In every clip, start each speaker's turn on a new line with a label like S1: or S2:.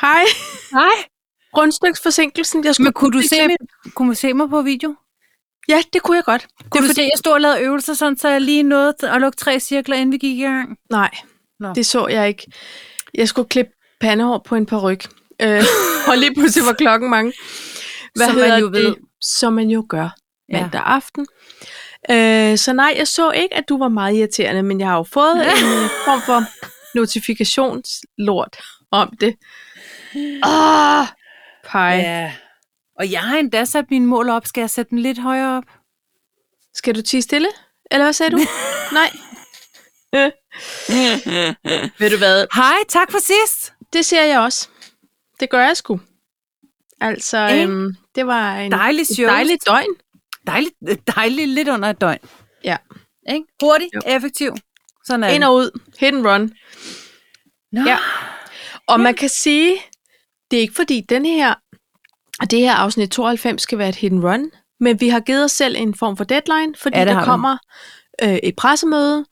S1: Hej.
S2: Nej.
S1: Rundstyksforsinkelsen. Jeg skulle
S2: Men kunne du se,
S1: fikse mit-
S2: kunne du se mig på video?
S1: Ja, det kunne jeg godt.
S2: Kunne det er fordi, jeg stod og lavede øvelser, sådan, så jeg lige nåede at lukke tre cirkler, inden vi gik i gang.
S1: Nej,
S2: Nå.
S1: det så jeg ikke. Jeg skulle klippe pandehår på en paryk. Øh, og lige pludselig var klokken mange.
S2: Som man jo ved.
S1: Som man jo gør
S2: Ja.
S1: mandag aften. Øh, så nej, jeg så ikke, at du var meget irriterende, men jeg har jo fået ja. en øh, form for notifikationslort om det. Åh, pej. Ah! Ja.
S2: Ja. Og jeg har endda sat mine mål op. Skal jeg sætte dem lidt højere op?
S1: Skal du tige stille? Eller hvad sagde du? nej. Øh. Ved du hvad?
S2: Hej, tak for sidst.
S1: Det ser jeg også. Det gør jeg sgu. Altså,
S2: Ikke?
S1: øhm, det var en,
S2: Dejlig
S1: et
S2: show.
S1: dejligt døgn.
S2: Dejligt, dejligt lidt under et døgn.
S1: Ja.
S2: Ikke? Hurtig,
S1: Jo.
S2: effektiv. Sådan er
S1: Ind
S2: det.
S1: og ud. Hit and run.
S2: Nå.
S1: Ja.
S2: Mm.
S1: Og man kan sige, det er ikke fordi den her, og det her afsnit 92 skal være et hit and run, men vi har givet os selv en form for deadline, fordi
S2: Ja,
S1: ja,
S2: det har
S1: der
S2: vi.
S1: kommer øh, et pressemøde,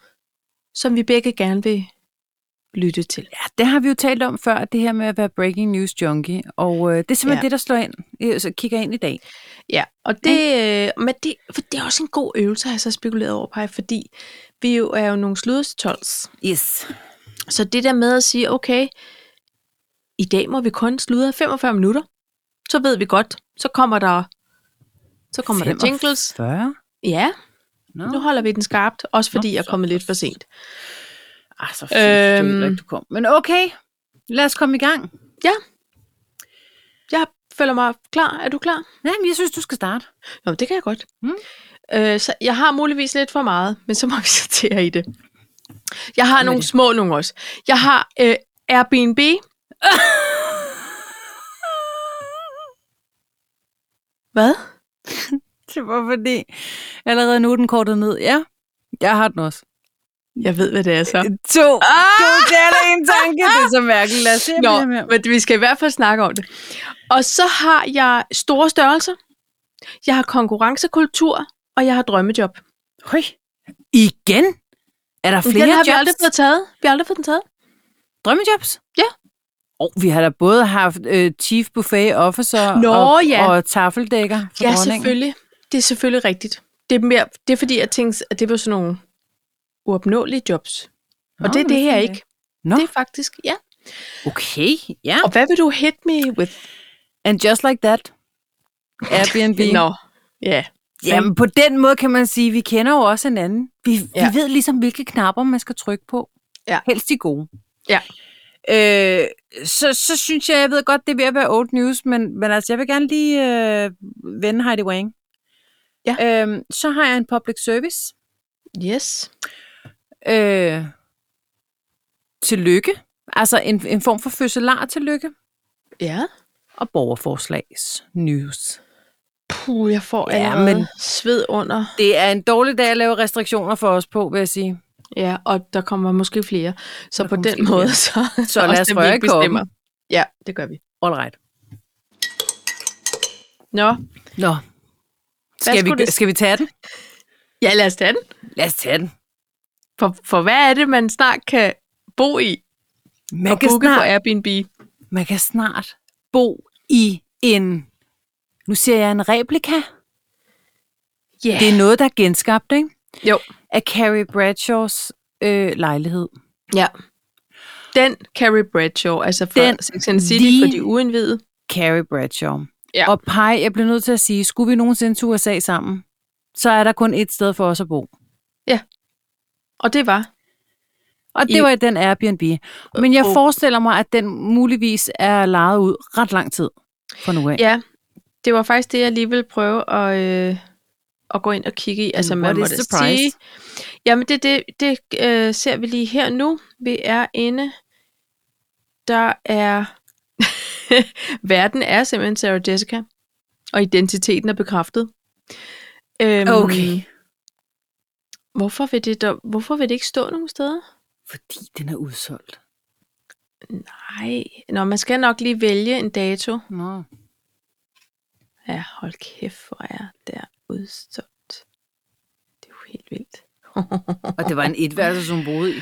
S1: som vi begge gerne vil lytte til.
S2: Ja, det har vi jo talt om før, det her med at være breaking news junkie, og øh, det er simpelthen
S1: Ja.
S2: ja. det, der slår ind, øh, så kigger ind i dag.
S1: Ja, og det, øh, men det, for det er også en god øvelse, har jeg så spekuleret over, Paj, fordi vi jo er jo nogle sluderstols.
S2: Yes.
S1: Så det der med at sige, okay, i dag må vi kun sludre 45 minutter, så ved vi godt, så kommer der, så kommer der jingles.
S2: 40?
S1: Ja,
S2: Nå.
S1: nu holder vi den skarpt, også fordi
S2: Nå,
S1: jeg er
S2: så-
S1: kommet lidt for sent.
S2: Ah, så fint, det var
S1: Øhm.
S2: heller ikke, du kom. Men okay, lad os komme i gang.
S1: Jeg føler mig klar. Er du klar?
S2: Jamen, jeg synes, du skal starte.
S1: Nå, men det kan jeg godt.
S2: Mm.
S1: Øh, så jeg har muligvis lidt for meget, men så må vi sortere i det. Jeg har
S2: Sådan er
S1: nogle
S2: det.
S1: små nogle også. Jeg har øh, Airbnb. Hvad?
S2: Det var fordi, allerede nu er den kortet ned. Ja, jeg har den også.
S1: Jeg ved, hvad det er så.
S2: To. Ah! To, det er da en tanke. Det er så mærkeligt. Lad os se, om
S1: Nå,
S2: det er mere.
S1: men vi skal i hvert fald snakke om det. Og så har jeg store størrelser, jeg har konkurrencekultur, og jeg har drømmejob.
S2: Høj. Igen? Er der
S1: Flere
S2: flere
S1: den har vi
S2: jobs?
S1: aldrig fået taget. Vi har aldrig fået den taget.
S2: Drømmejobs?
S1: Ja.
S2: Og vi har da både haft øh, chief buffet officer
S1: Nå,
S2: og,
S1: ja.
S2: og taffeldækker for
S1: Ja,
S2: dronningen.
S1: selvfølgelig. Det er selvfølgelig rigtigt. Det er, mere, det er fordi, jeg tænkte, at det var sådan nogle uopnåelige jobs. Og
S2: Nå,
S1: det er det her
S2: fint,
S1: ikke.
S2: Nå,
S1: Det er faktisk, ja.
S2: okay, ja.
S1: Og hvad vil du hit me with?
S2: And just like that, Airbnb.
S1: Nå, ja.
S2: Jamen, på den måde kan man sige, vi kender jo også en anden. Vi,
S1: Ja.
S2: ja. vi ved ligesom, hvilke knapper man skal trykke på.
S1: Ja.
S2: Helst de gode.
S1: Ja.
S2: Øh, så, så synes jeg, jeg ved godt, det er ved at være old news, men, men altså, jeg vil gerne lige øh, vende Heidi Wang.
S1: Ja.
S2: Øhm, så har jeg en public service.
S1: Yes.
S2: Øh, tillykke. Altså en, en form for fødselar tillykke.
S1: Ja.
S2: Og borgerforslags news.
S1: Puh, jeg får
S2: Ja,
S1: ja, men...
S2: men-
S1: sved under.
S2: Det er en dårlig dag at lave restriktioner for os på, vil jeg sige.
S1: Ja, og der kommer måske flere. Så
S2: Der
S1: på
S2: kommer
S1: den
S2: måske
S1: måde,
S2: flere.
S1: så,
S2: Så lad os røre i koppen.
S1: Ja, det gør vi.
S2: All right.
S1: Nå,
S2: Nå. Skal vi,
S1: skulle det-
S2: skal vi tage den?
S1: ja, lad os tage den.
S2: Lad os tage den.
S1: For, for hvad er det, man snart kan bo i
S2: Man
S1: og
S2: kan,
S1: booke på
S2: snart,
S1: Airbnb?
S2: man kan snart bo i en... Nu ser jeg en replika.
S1: Ja,
S2: Det er noget, der er genskabt, ikke?
S1: Jo.
S2: Af Carrie Bradshaws øh, lejlighed.
S1: ja. Den Carrie Bradshaw, altså fra
S2: Den,
S1: Sex and the City
S2: lige-
S1: for de uindvidede.
S2: Carrie Bradshaw.
S1: Ja.
S2: Og Pai, jeg bliver nødt til at sige, skulle vi nogensinde til USA sammen, så er der kun et sted for os at bo.
S1: Og det var
S2: Og det
S1: I-
S2: I... var i den Airbnb. Men jeg
S1: Åh.
S2: forestiller mig, at den muligvis er lejet ud ret lang tid fra nu af.
S1: Ja, det var faktisk det, jeg lige ville prøve at, øh, at gå ind og kigge i. Altså,
S2: Mm,
S1: man
S2: what
S1: må
S2: is
S1: da
S2: the price?
S1: sige... Jamen, det, det, det øh, ser vi lige her nu. Vi er inde. Der er... Verden er simpelthen Sarah Jessica. Og identiteten er bekræftet. Øhm,
S2: Okay.
S1: Hvorfor vil, det der, hvorfor vil det ikke stå nogen steder?
S2: Fordi den er udsolgt.
S1: Nej. Nå, man skal nok lige vælge en dato.
S2: Nå.
S1: Ja, hold kæft, hvor er der udsolgt. Det er jo helt vildt.
S2: Og det var en etværelse, som boede i,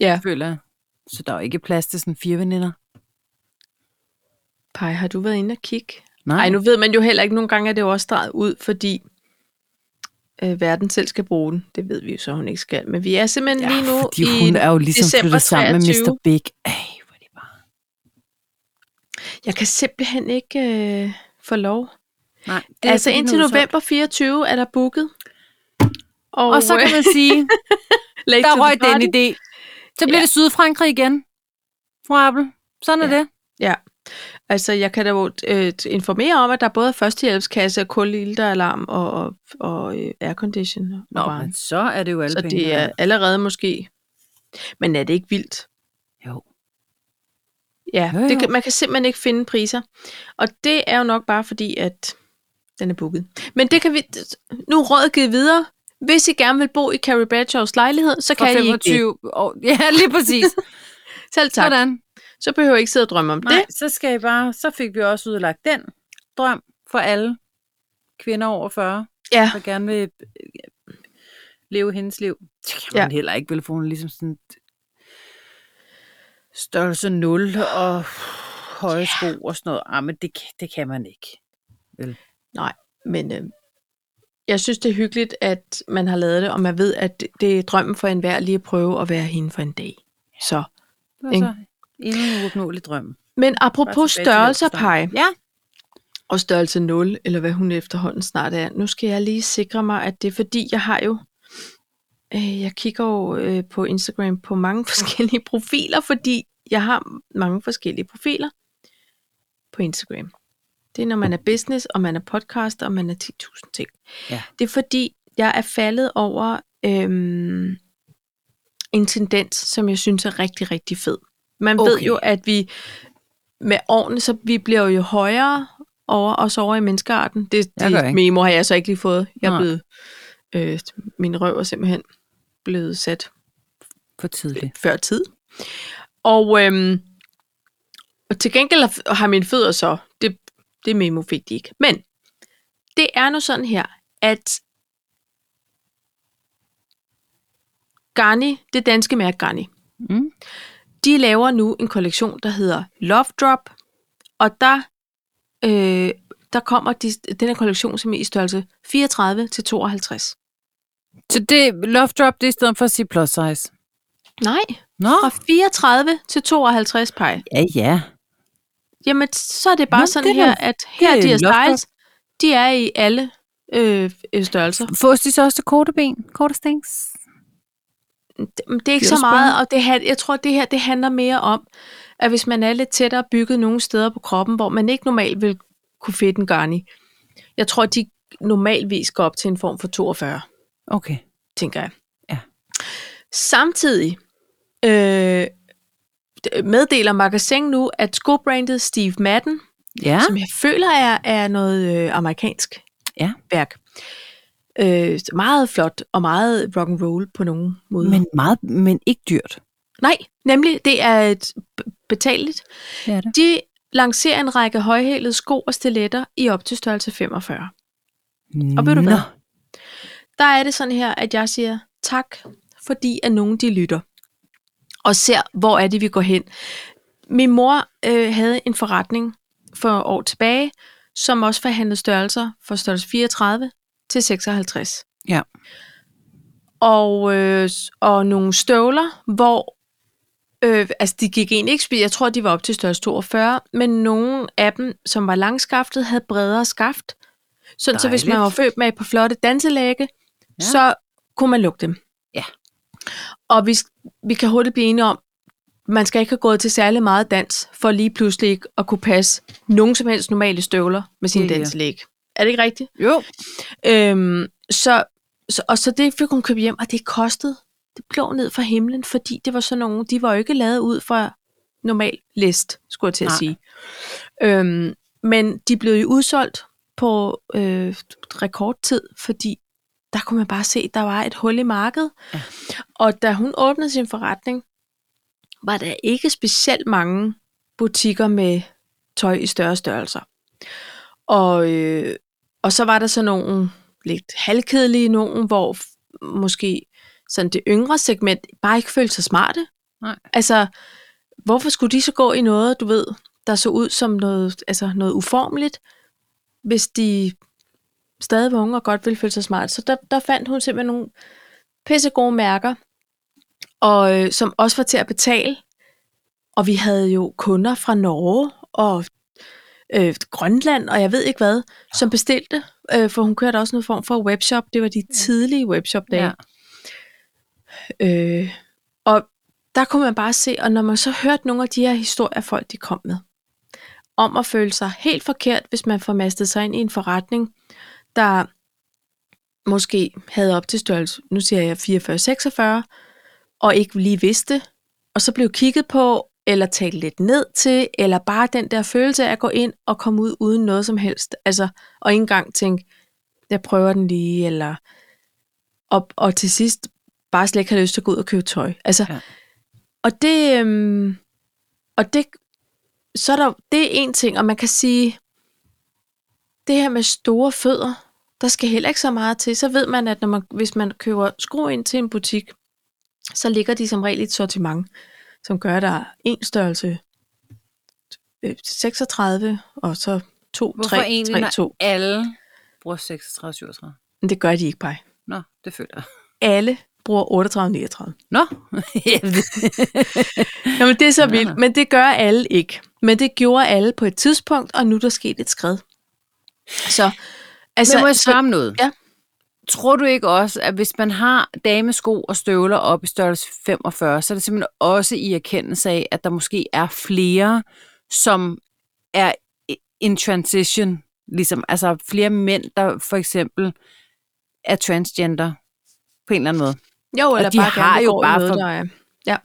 S1: Ja.
S2: ja. føler jeg. Så der var ikke plads til sådan fire veninder.
S1: Kai, har du været inde og kigge?
S2: Nej.
S1: Nej, nu ved man jo heller ikke, nogle gange er det jo også drejet ud, fordi øh, verden selv skal bruge den. Det ved vi jo så, hun ikke skal. Men vi er simpelthen lige nu
S2: fordi
S1: i...
S2: hun er jo ligesom
S1: december
S2: flyttet sammen med
S1: 23.
S2: Mr. Big. Ej, hvor er det bare...
S1: Jeg kan simpelthen ikke øh, få lov.
S2: Nej,
S1: Det altså indtil november 24 er der booket. øh,
S2: Og så kan man sige,
S1: man,
S2: der røg den idé. Så bliver
S1: Ja.
S2: det Sydfrankrig igen, fru Appel. Sådan er
S1: Ja.
S2: det.
S1: Altså, jeg kan da jo øh, informere om, at der både er førstehjælpskasse og kulilteralarm og, og, og øh, aircondition.
S2: Nå,
S1: og varme.
S2: men så er det jo alle
S1: Så
S2: pengene.
S1: det er allerede måske. Men er det ikke vildt?
S2: Jo.
S1: Ja,
S2: Jo, jo.
S1: det kan, man kan simpelthen ikke finde priser. Og det er jo nok bare fordi, at den er booket. Men det kan vi... Nu er rådet givet videre. Hvis I gerne vil bo i Carrie Bradshaws lejlighed, så
S2: For
S1: kan I ikke det.
S2: 25 år. Ja, lige præcis.
S1: Selv tak.
S2: Sådan.
S1: Så behøver I ikke sidde og drømme om
S2: Nej,
S1: det.
S2: så skal I bare, så fik vi også udlagt den drøm for alle kvinder over 40,
S1: Ja,
S2: der gerne vil øh, leve hendes liv. Så kan man ja. heller ikke vil få en ligesom sådan størrelse 0 og høje yeah. sko og sådan noget. Ah, men det, kan- det kan man ikke.
S1: men øh, jeg synes, det er hyggeligt, at man har lavet det, og man ved, at det, det er drømmen for enhver lige at prøve at være hende for en dag. Så.
S2: Det var
S1: Ikke?
S2: så Altså, endnu en uopnåelig drøm.
S1: Men
S2: Bare
S1: apropos
S2: tilbage til
S1: størrelser,
S2: opstarten.
S1: Paj,
S2: Ja.
S1: og størrelse 0, eller hvad hun efterhånden snart er. Nu skal jeg lige sikre mig, at det er fordi, jeg har jo... Øh, jeg kigger jo øh, på Instagram på mange forskellige profiler, fordi jeg har mange forskellige profiler på Instagram. Det er, når man er business, og man er podcaster, og man er 10.000 ting.
S2: Ja.
S1: Det er fordi, jeg er faldet over øhm, en tendens, som jeg synes er rigtig, rigtig fed. Man okay. ved
S2: Okay.
S1: jo, at vi med årene, så vi bliver jo højere over os over i menneskearten. Det,
S2: Jeg gør
S1: det
S2: ikke.
S1: memo har jeg så ikke lige fået. Jeg er
S2: Nej.
S1: blevet, øh, min røv er simpelthen blevet sat
S2: For tidligt.
S1: før tid. Og, øhm, og til gengæld har- har mine fødder så, det, det memo fik de ikke. Men det er nu sådan her, at Garni, det danske mærke Garni,
S2: Mm.
S1: de laver nu en kollektion, der hedder Love Drop, og der, øh, der kommer de, den her kollektion, som er i størrelse 34 til 52.
S2: Så det love drop, det er i stedet for at sige plus size.
S1: Nej,
S2: Nå,
S1: fra 34 til 52 pej.
S2: ja, ja.
S1: Jamen, så er det bare
S2: Nå,
S1: Nå, sådan
S2: det
S1: det
S2: er da-
S1: her, at her
S2: det
S1: de
S2: er
S1: er
S2: loftet.
S1: styles, de er i alle øh, øh, størrelser.
S2: Fås de så også til korte ben? Korte stængs?
S1: Det, men det er ikke
S2: Det er
S1: så
S2: jo
S1: meget, og det, han- jeg tror, det her det handler mere om, at hvis man er lidt tættere bygget nogle steder på kroppen, hvor man ikke normalt vil kunne fedte en garni. Jeg tror, de normalvis går op til en form for 42.
S2: Okay.
S1: tænker jeg.
S2: Ja.
S1: Samtidig øh, d- meddeler Magasin nu, at skobrandet Steve Madden,
S2: Ja.
S1: som jeg føler er, er noget øh, amerikansk
S2: Ja.
S1: værk, øh, meget flot og meget rock and roll på nogen måde.
S2: Men meget, men ikke dyrt.
S1: Nej, nemlig, det er et b- betaleligt.
S2: Det er det.
S1: De lancerer en række højhælede sko og stiletter i op til størrelse 45. Og ved du hvad? der er det sådan her, at jeg siger tak, fordi at nogen de lytter og ser, hvor er det, vi går hen. Min mor øh, havde en forretning for år tilbage, som også forhandlede størrelser fra størrelse 34 til 56.
S2: Ja.
S1: Og, øh, s- og nogle støvler, hvor øh, altså de gik egentlig ikke, spe- jeg tror, de var op til størrelse 42, men nogle af dem, som var langskaftet, havde bredere skaft. Sådan så hvis man
S2: Dejligt.
S1: var født med et par flotte danselægge,
S2: Ja.
S1: ja. så kunne man lukke dem.
S2: Ja.
S1: Og vi, vi kan hurtigt blive enige om, man skal ikke have gået til særlig meget dans, for lige pludselig ikke at kunne passe nogen som helst normale støvler med sin
S2: Ja,
S1: ja.
S2: ja.
S1: danselæg. Er det ikke rigtigt?
S2: Jo.
S1: Øhm, så, så, og så det fik hun købt hjem, og det kostede. Det blå ned fra himlen, fordi det var sådan nogle, de var jo ikke lavet ud fra normal list, skulle jeg til at
S2: Nej.
S1: sige. Øhm, men de blev jo udsolgt på øh, rekordtid, fordi der kunne man bare se, at der var et hul i markedet.
S2: Ja.
S1: Og da hun åbnede sin forretning, var der ikke specielt mange butikker med tøj i større størrelser. Og, øh, og så var der så nogle lidt halvkedelige nogen, hvor f- måske sådan det yngre segment bare ikke følte sig smarte.
S2: Nej.
S1: Altså, hvorfor skulle de så gå i noget, du ved, der så ud som noget, altså noget uformeligt, hvis de stadig var unge og godt ville føle sig smart. Så der, der fandt hun simpelthen nogle pissegode mærker, og øh, som også var til at betale. Og vi havde jo kunder fra Norge og øh, Grønland, og jeg ved ikke hvad, som bestilte, øh, for hun kørte også noget form for webshop. Det var de tidlige webshop-dage.
S2: Ja.
S1: Øh, og der kunne man bare se, og når man så hørte nogle af de her historier, folk de kom med, om at føle sig helt forkert, hvis man får mastet sig ind i en forretning, der måske havde op til størrelse, nu siger jeg 44-46, og ikke lige vidste, og så blev kigget på, eller talt lidt ned til, eller bare den der følelse af at gå ind og komme ud uden noget som helst. Altså, og ikke engang tænke, jeg prøver den lige, eller... Og, og til sidst bare slet ikke have lyst til at gå ud og købe tøj. Altså,
S2: Ja.
S1: ja. og det, øhm, og det, så er der, det er en ting, og man kan sige, det her med store fødder, der skal heller ikke så meget til. Så ved man, at når man, hvis man køber sko ind til en butik, så ligger de som regel i et sortiment, som gør, at der er en størrelse øh, 36, og så 2,
S2: Hvorfor
S1: 3,
S2: egentlig,
S1: 3,
S2: når
S1: 2.
S2: alle bruger 36, 37?
S1: Men det gør de ikke, bare.
S2: Nå, det føler jeg.
S1: Alle bruger 38, 39.
S2: Nå, ja, det-
S1: Jamen, det er så
S2: Nå.
S1: vildt, men det gør alle ikke. Men det gjorde alle på et tidspunkt, og nu er der sket et skridt. Så, altså,
S2: Men må jeg
S1: så,
S2: svare om noget?
S1: Ja.
S2: Tror du ikke også, at hvis man har damesko og støvler op i størrelse 45, så er det simpelthen også i erkendelse af, at der måske er flere, som er i- in transition, ligesom, altså flere mænd, der for eksempel er transgender på en eller anden måde.
S1: jo, eller
S2: de
S1: bare
S2: har
S1: gerne
S2: jo
S1: går i
S2: bare
S1: noget,
S2: for-
S1: der er.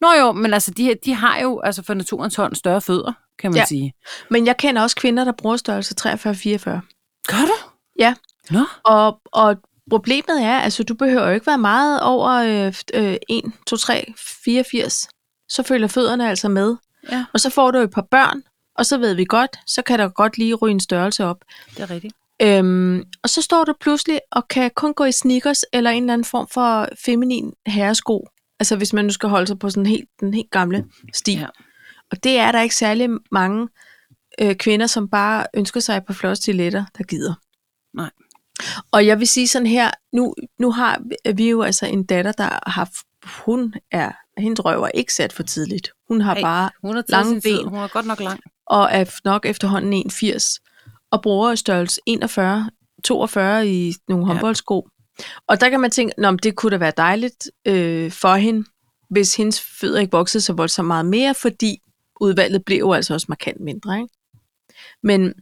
S2: Nå jo, men altså, de, her- de har jo altså for naturens hånd større fødder, kan man
S1: Ja.
S2: sige.
S1: Men jeg kender også kvinder, der bruger størrelse 43-44.
S2: Gør du?
S1: Ja.
S2: Nå,
S1: Og, og problemet er, altså du behøver jo ikke være meget over øh, f- øh, 1, 2, 3, 84. Så følger fødderne altså med.
S2: Ja.
S1: Og så får du et par børn, og så ved vi godt, så kan der godt lige ryge en størrelse op.
S2: det er rigtigt.
S1: Øhm, og så står du pludselig og kan kun gå i sneakers eller en eller anden form for feminin herresko. Altså hvis man nu skal holde sig på sådan helt, den helt gamle stil.
S2: Ja.
S1: Ja. Og det er der ikke særlig mange øh, kvinder, som bare ønsker sig et par flotte stiletter, der gider.
S2: Nej.
S1: Og jeg vil sige sådan her, nu, nu har vi jo altså en datter, der har, hun er, hendes røv er ikke sat for tidligt. Hun har
S2: Ej.
S1: bare
S2: Hun har taget
S1: Lange
S2: sin tid.
S1: ben.
S2: Hun er godt nok lang.
S1: og er f- nok efterhånden 1,80 og bruger størrelse 41, 42 i nogle
S2: Ja.
S1: håndboldsko. Og der kan man tænke, Nå, men det kunne da være dejligt øh, for hende, hvis hendes fødder ikke voksede så voldsomt meget mere, fordi udvalget blev jo altså også markant mindre. Ikke? Men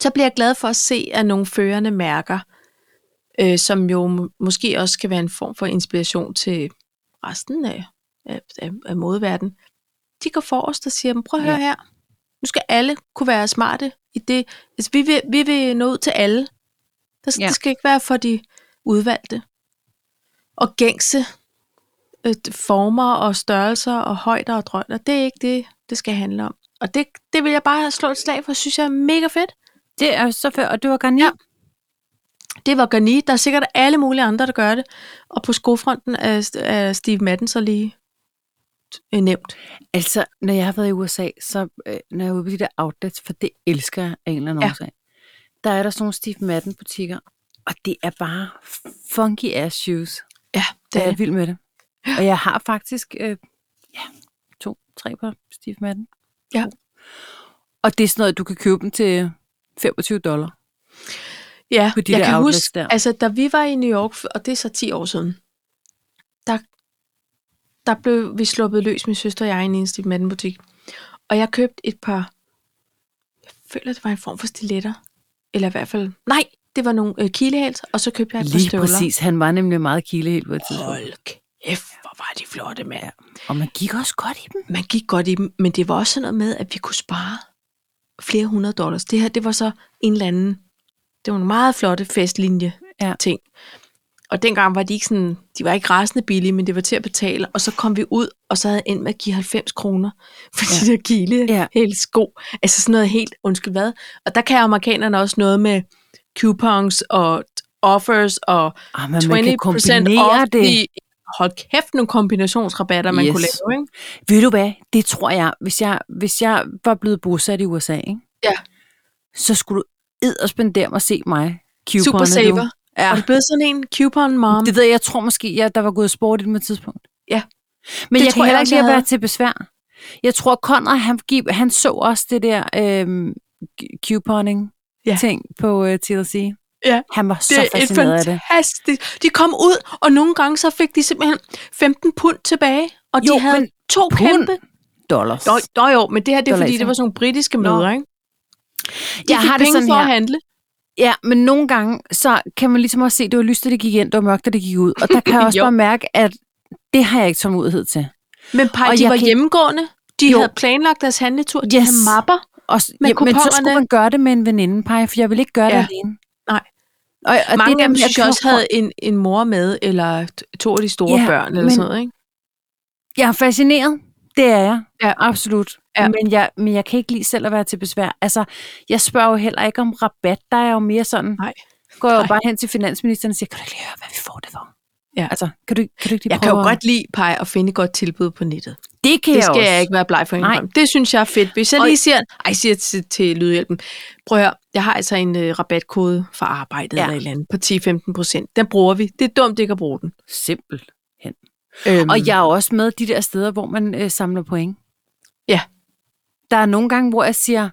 S1: så bliver jeg glad for at se, at nogle førende mærker, øh, som jo må- måske også kan være en form for inspiration til resten af, af, af, af modeverdenen, de går forrest og siger, "Men prøv at høre
S2: Ja.
S1: her, nu skal alle kunne være smarte i det. Altså, vi, vil, vi vil nå ud til alle. Der,
S2: Ja.
S1: ja. Det skal ikke være for de udvalgte. Og gængse øh, former og størrelser og højder og drøjder, det er ikke det, det skal handle om. Og det, det vil jeg bare slå et slag for, synes jeg er mega fedt.
S2: Det er så før, og det var garnier.
S1: Ja. Det var Garni. Der er sikkert alle mulige andre, der gør det. Og på skofronten er, er Steve Madden så lige øh, nævnt.
S2: Altså, når jeg har været i USA, så øh, når jeg er ude på de der outlets, for det elsker jeg af en eller anden ja.
S1: Ja.
S2: årsag, der er der sådan nogle Steve Madden butikker, og det er bare funky ass shoes.
S1: Ja,
S2: Det er jeg vild med det. Og jeg har faktisk øh, ja, to, tre på Steve Madden.
S1: Ja.
S2: To. Og det er sådan noget, du kan købe dem til 25 dollar.
S1: Ja,
S2: på de
S1: jeg
S2: der
S1: kan
S2: outlets
S1: huske,
S2: der.
S1: altså da vi var i New York, og det er så 10 år siden, der, der blev vi sluppet løs, min søster og jeg, i en eneste butik. Og jeg købte et par, jeg føler, det var en form for stiletter. Eller i hvert fald, nej, det var nogle øh, kilehæls, og så købte jeg et par
S2: Lige
S1: støvler.
S2: præcis. Han var nemlig meget kilde helt på et tidspunkt.
S1: Hold kæft, hvor var de flotte, mand.
S2: Og man gik også godt i dem.
S1: man gik godt i dem, men det var også sådan noget med, at vi kunne spare flere hundrede dollars. Det her, det var så en eller anden, det var en meget flotte festlinje
S2: Ja.
S1: ting. Og dengang var de ikke sådan, de var ikke rasende billige, men det var til at betale. Og så kom vi ud, og så havde jeg endt med at give 90 kroner for ja. de der gile
S2: Ja.
S1: ja. helt sko. Altså sådan noget helt, undskyld hvad. Og der kan amerikanerne også noget med coupons og offers og
S2: Ah, men man kan
S1: 20%
S2: kombinere
S1: off
S2: det.
S1: i hold kæft nogle kombinationsrabatter, man
S2: Yes.
S1: yes. kunne lave, ikke?
S2: Ved du hvad? Det tror jeg, hvis jeg, hvis jeg var blevet bosat i USA, ikke?
S1: Ja.
S2: så skulle du og spendere mig se mig. Couponer,
S1: Super saver.
S2: Du.
S1: Ja.
S2: Ja.
S1: Er du blevet sådan en coupon mom?
S2: Det ved jeg, jeg tror måske, jeg, der var gået sport i det med et tidspunkt.
S1: Ja.
S2: Men
S1: Det
S2: jeg
S1: tror
S2: kan
S1: jeg
S2: heller ikke
S1: også,
S2: lide at
S1: jeg
S2: være
S1: havde.
S2: til besvær. Jeg tror, Conrad, han, giv, han så også det der øhm, g-
S1: Ja.
S2: couponing-ting ja. på øh, TLC.
S1: Ja.
S2: Han var så
S1: det er et
S2: fascineret af det.
S1: fantastisk. De kom ud, og nogle gange så fik de simpelthen 15 pund tilbage, og de
S2: Jo,
S1: havde
S2: men
S1: to
S2: pund-
S1: kæmpe...
S2: Dollars.
S1: Nå, nå jo, men det her, det er
S2: Dollar
S1: fordi,
S2: ikke?
S1: det var sådan nogle britiske møder, ikke? De
S2: Jeg
S1: fik
S2: har det
S1: penge
S2: sådan
S1: for
S2: her.
S1: at handle.
S2: Ja, men nogle gange, så kan man ligesom også se, det var lyst, da det gik ind, det var mørkt, da det gik ud. Og der kan jeg også
S1: Jo.
S2: bare mærke, at det har jeg ikke tålmodighed til.
S1: Men Paj,
S2: Og
S1: de
S2: jeg
S1: var
S2: kan-
S1: hjemmegående. De
S2: Jo.
S1: jo. havde planlagt deres handletur. De
S2: Yes.
S1: yes. havde mapper.
S2: Og, s-
S1: Men
S2: ja, men så skulle
S1: kuponerne-
S2: man gøre det med en veninde, Paj, for jeg vil ikke gøre ja.
S1: Ja.
S2: det alene.
S1: Nej.
S2: Og, og
S1: Mange
S2: det der
S1: af dem
S2: med, at
S1: synes jeg også
S2: knokre-
S1: havde en, en mor med, eller t- to af de store
S2: Ja,
S1: ja, børn, eller
S2: men-
S1: men, sådan noget, ikke?
S2: Jeg er fascineret. Det er jeg.
S1: Ja.
S2: Absolut.
S1: Ja.
S2: Men, jeg, men jeg kan ikke lide selv at være til besvær. Altså, jeg spørger jo heller ikke om rabat. Der er jeg jo mere sådan...
S1: Nej.
S2: Går jeg jo
S1: Nej.
S2: bare hen til finansministeren og siger, kan du ikke lige høre, hvad vi får det for?
S1: Ja.
S2: Altså, kan du, kan du ikke lige
S1: Jeg kan jo
S2: prøve at-
S1: godt lide, Paj, at finde et godt tilbud på nettet.
S2: Det kan
S1: Det
S2: jeg
S1: skal
S2: også.
S1: jeg ikke være bleg for at
S2: Nej.
S1: indrømme. Det synes jeg er fedt. Hvis jeg
S2: Og-
S1: lige siger, ej, siger til, til Lydhjælpen, prøv at høre, jeg har altså en øh, rabatkode for arbejdet
S2: Ja.
S1: ja. eller et eller andet på 10-15 procent. Den bruger vi. Det er dumt ikke at bruge den.
S2: Simpel.
S1: Øhm,
S2: Og jeg er også med de der steder, hvor man øh, samler point.
S1: Ja.
S2: Der er nogle gange, hvor jeg siger,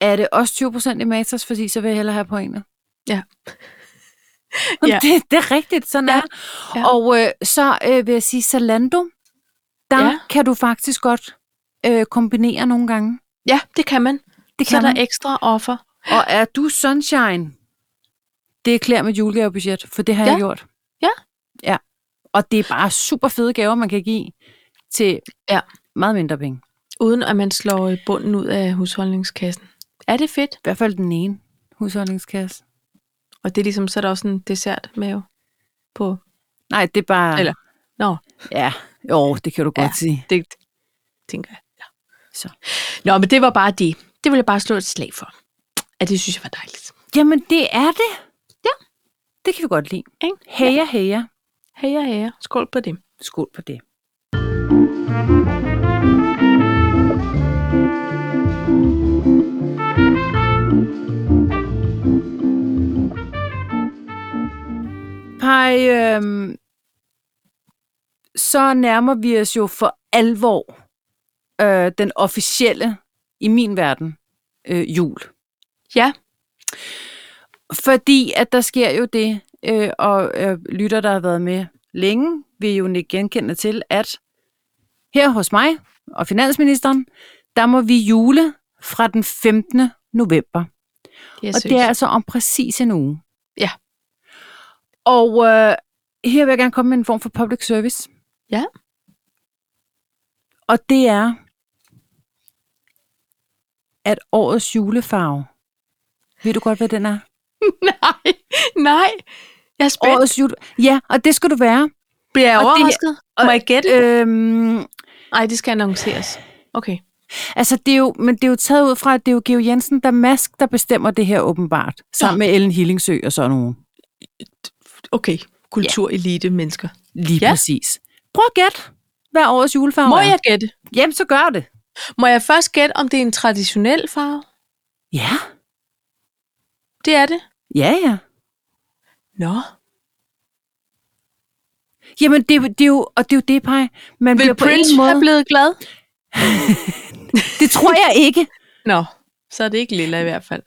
S2: er det også 20% i Matas, fordi så vil jeg hellere have pointer.
S1: Ja.
S2: ja.
S1: Ja.
S2: Det, det er rigtigt, sådan ja.
S1: Ja.
S2: er. Ja.
S1: Ja.
S2: Og øh, så øh, vil jeg sige, Zalando, der ja.
S1: Ja.
S2: kan du faktisk godt øh, kombinere nogle gange.
S1: Ja, det kan man.
S2: Det
S1: Så er
S2: kan
S1: der
S2: man.
S1: ekstra offer.
S2: Og er du sunshine, det er klar med julegavebudget, for det har
S1: Ja.
S2: jeg gjort.
S1: Ja.
S2: Ja. Og det er bare super fede gaver, man kan give til
S1: Ja.
S2: meget mindre penge.
S1: Uden at man slår øh, bunden ud af husholdningskassen. Er det fedt?
S2: I hvert fald den ene husholdningskasse.
S1: Og det er ligesom, så er der også en dessertmave på.
S2: Nej, det er bare...
S1: Eller- Nå,
S2: Ja, jo, det kan du godt ja.
S1: Ja.
S2: sige.
S1: det tænker jeg. Ja.
S2: Så.
S1: Nå, men det var bare det. Det vil jeg bare slå et slag for. At det synes jeg var dejligt.
S2: Jamen, det er det.
S1: Ja.
S2: Det kan vi godt lide.
S1: Ikke?
S2: Heja, heja.
S1: Heja, heja. Skål på det.
S2: Skål på det. Pej, øhm, så nærmer vi os jo for alvor øh, den officielle, i min verden, øh, jul.
S1: Ja,
S2: Fordi at der sker jo det, øh, og øh, lytter, der har været med længe, vil jo ikke genkende til, at her hos mig og finansministeren, der må vi jule fra den 15. november.
S1: det er
S2: Og det er altså om præcis en uge.
S1: Ja.
S2: Og øh, her vil jeg gerne komme med en form for public service.
S1: Ja.
S2: Og det er, at årets julefarve, ved du godt, hvad den er?
S1: Nej, nej. Jeg er spændt.
S2: Årets jul... Ja, og det skal du være.
S1: bliver jeg
S2: og det-
S1: overrasket? Må jeg gætte?
S2: Øhm,
S1: Nej, det skal annonceres. Øh, Okay.
S2: altså, det er jo, men det er jo taget ud fra, at det er jo Geo Jensen, der mask, der bestemmer det her åbenbart. Sammen med Ellen Hillingsø og sådan nogen.
S1: Okay. Kulturelite mennesker.
S2: Lige ja.
S1: Ja.
S2: præcis. Prøv at gætte, hvad årets julefarve
S1: Må
S2: er.
S1: jeg gætte?
S2: Jamen, så gør det.
S1: Må jeg først gætte, om det er en traditionel farve?
S2: Ja,
S1: Det er det.
S2: ja, ja.
S1: Nå.
S2: Jamen, det, er jo- det er jo, og det er jo det, Paj. Man
S1: Vil
S2: bliver på
S1: Prince
S2: en måde...
S1: være blevet glad?
S2: Det tror jeg ikke.
S1: Nå, så er det ikke lilla i hvert fald.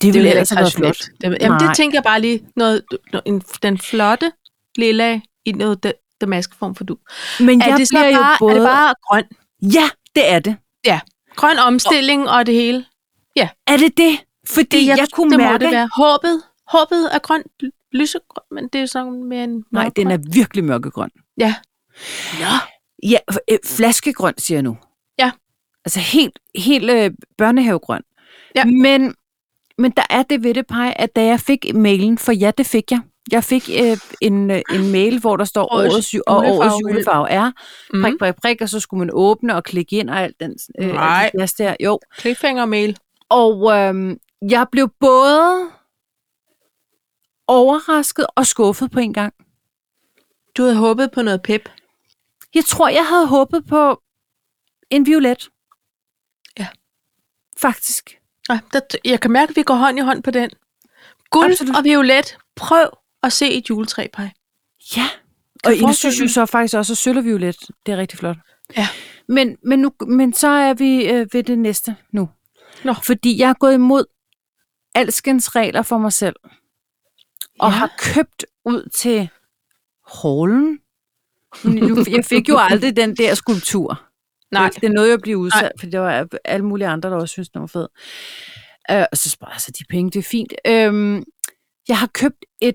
S2: Det ville
S1: heller
S2: ellers have været flot.
S1: traditionelt. Det, jamen, det
S2: Nej.
S1: tænker jeg bare lige. Noget, noget, en, den flotte lilla i noget da- damaskeform for du.
S2: Men
S1: Er
S2: jeg
S1: det, så
S2: bliver
S1: bare,
S2: jo både...
S1: er det bare grøn?
S2: Ja, det er det.
S1: Grøn omstilling og det hele?
S2: Er det det? Fordi det, jeg, jeg kunne
S1: det må
S2: mærke...
S1: det være. Håbet, håbet er grønt, lysegrønt, men det er sådan mere en
S2: Nej, den er virkelig mørkegrøn.
S1: Ja. Nå.
S2: Ja, f- øh, flaskegrøn, siger jeg nu.
S1: Ja.
S2: Altså helt, helt øh, børnehavegrøn.
S1: Ja.
S2: Men, men der er det ved det, Paj, at da jeg fik mailen, for ja, det fik jeg. Jeg fik øh, en, øh, en mail, hvor der står
S1: Årets
S2: årets, ju- og
S1: julefarve.
S2: årets julefarve er. Mm.
S1: Mm.
S2: Prik, prik, prik, og så skulle man åbne og klikke ind og alt den øh, alt
S1: Nej.
S2: det jazz der. Jo.
S1: Cliffhanger-mail.
S2: Og øh, jeg blev både overrasket og skuffet på en gang.
S1: Du havde håbet på noget pep.
S2: Jeg tror, jeg havde håbet på en violet.
S1: Ja.
S2: Faktisk.
S1: Ja, der, jeg kan mærke, at vi går hånd i hånd på den. Guld
S2: Absolut.
S1: Absolut. og violet. Prøv at se et juletræ, Paj.
S2: Ja. Og
S1: jeg
S2: Ina
S1: forestille
S2: synes jo
S1: mig?
S2: så faktisk også, at sølv og violet, det er rigtig flot.
S1: Ja.
S2: Men, men, nu, men så er vi øh, ved det næste nu.
S1: Nå.
S2: Fordi jeg er gået imod alskens regler for mig selv. Og
S1: Ja.
S2: har købt ud til hallen. Men nu- Jeg fik jo aldrig den der skulptur.
S1: Nej,
S2: Det, det nåede jo at blive udsat,
S1: Nej.
S2: for det var alle mulige andre, der også synes, den var fed. Øh, og så sparer jeg så de penge, det er fint. Øhm, jeg har købt et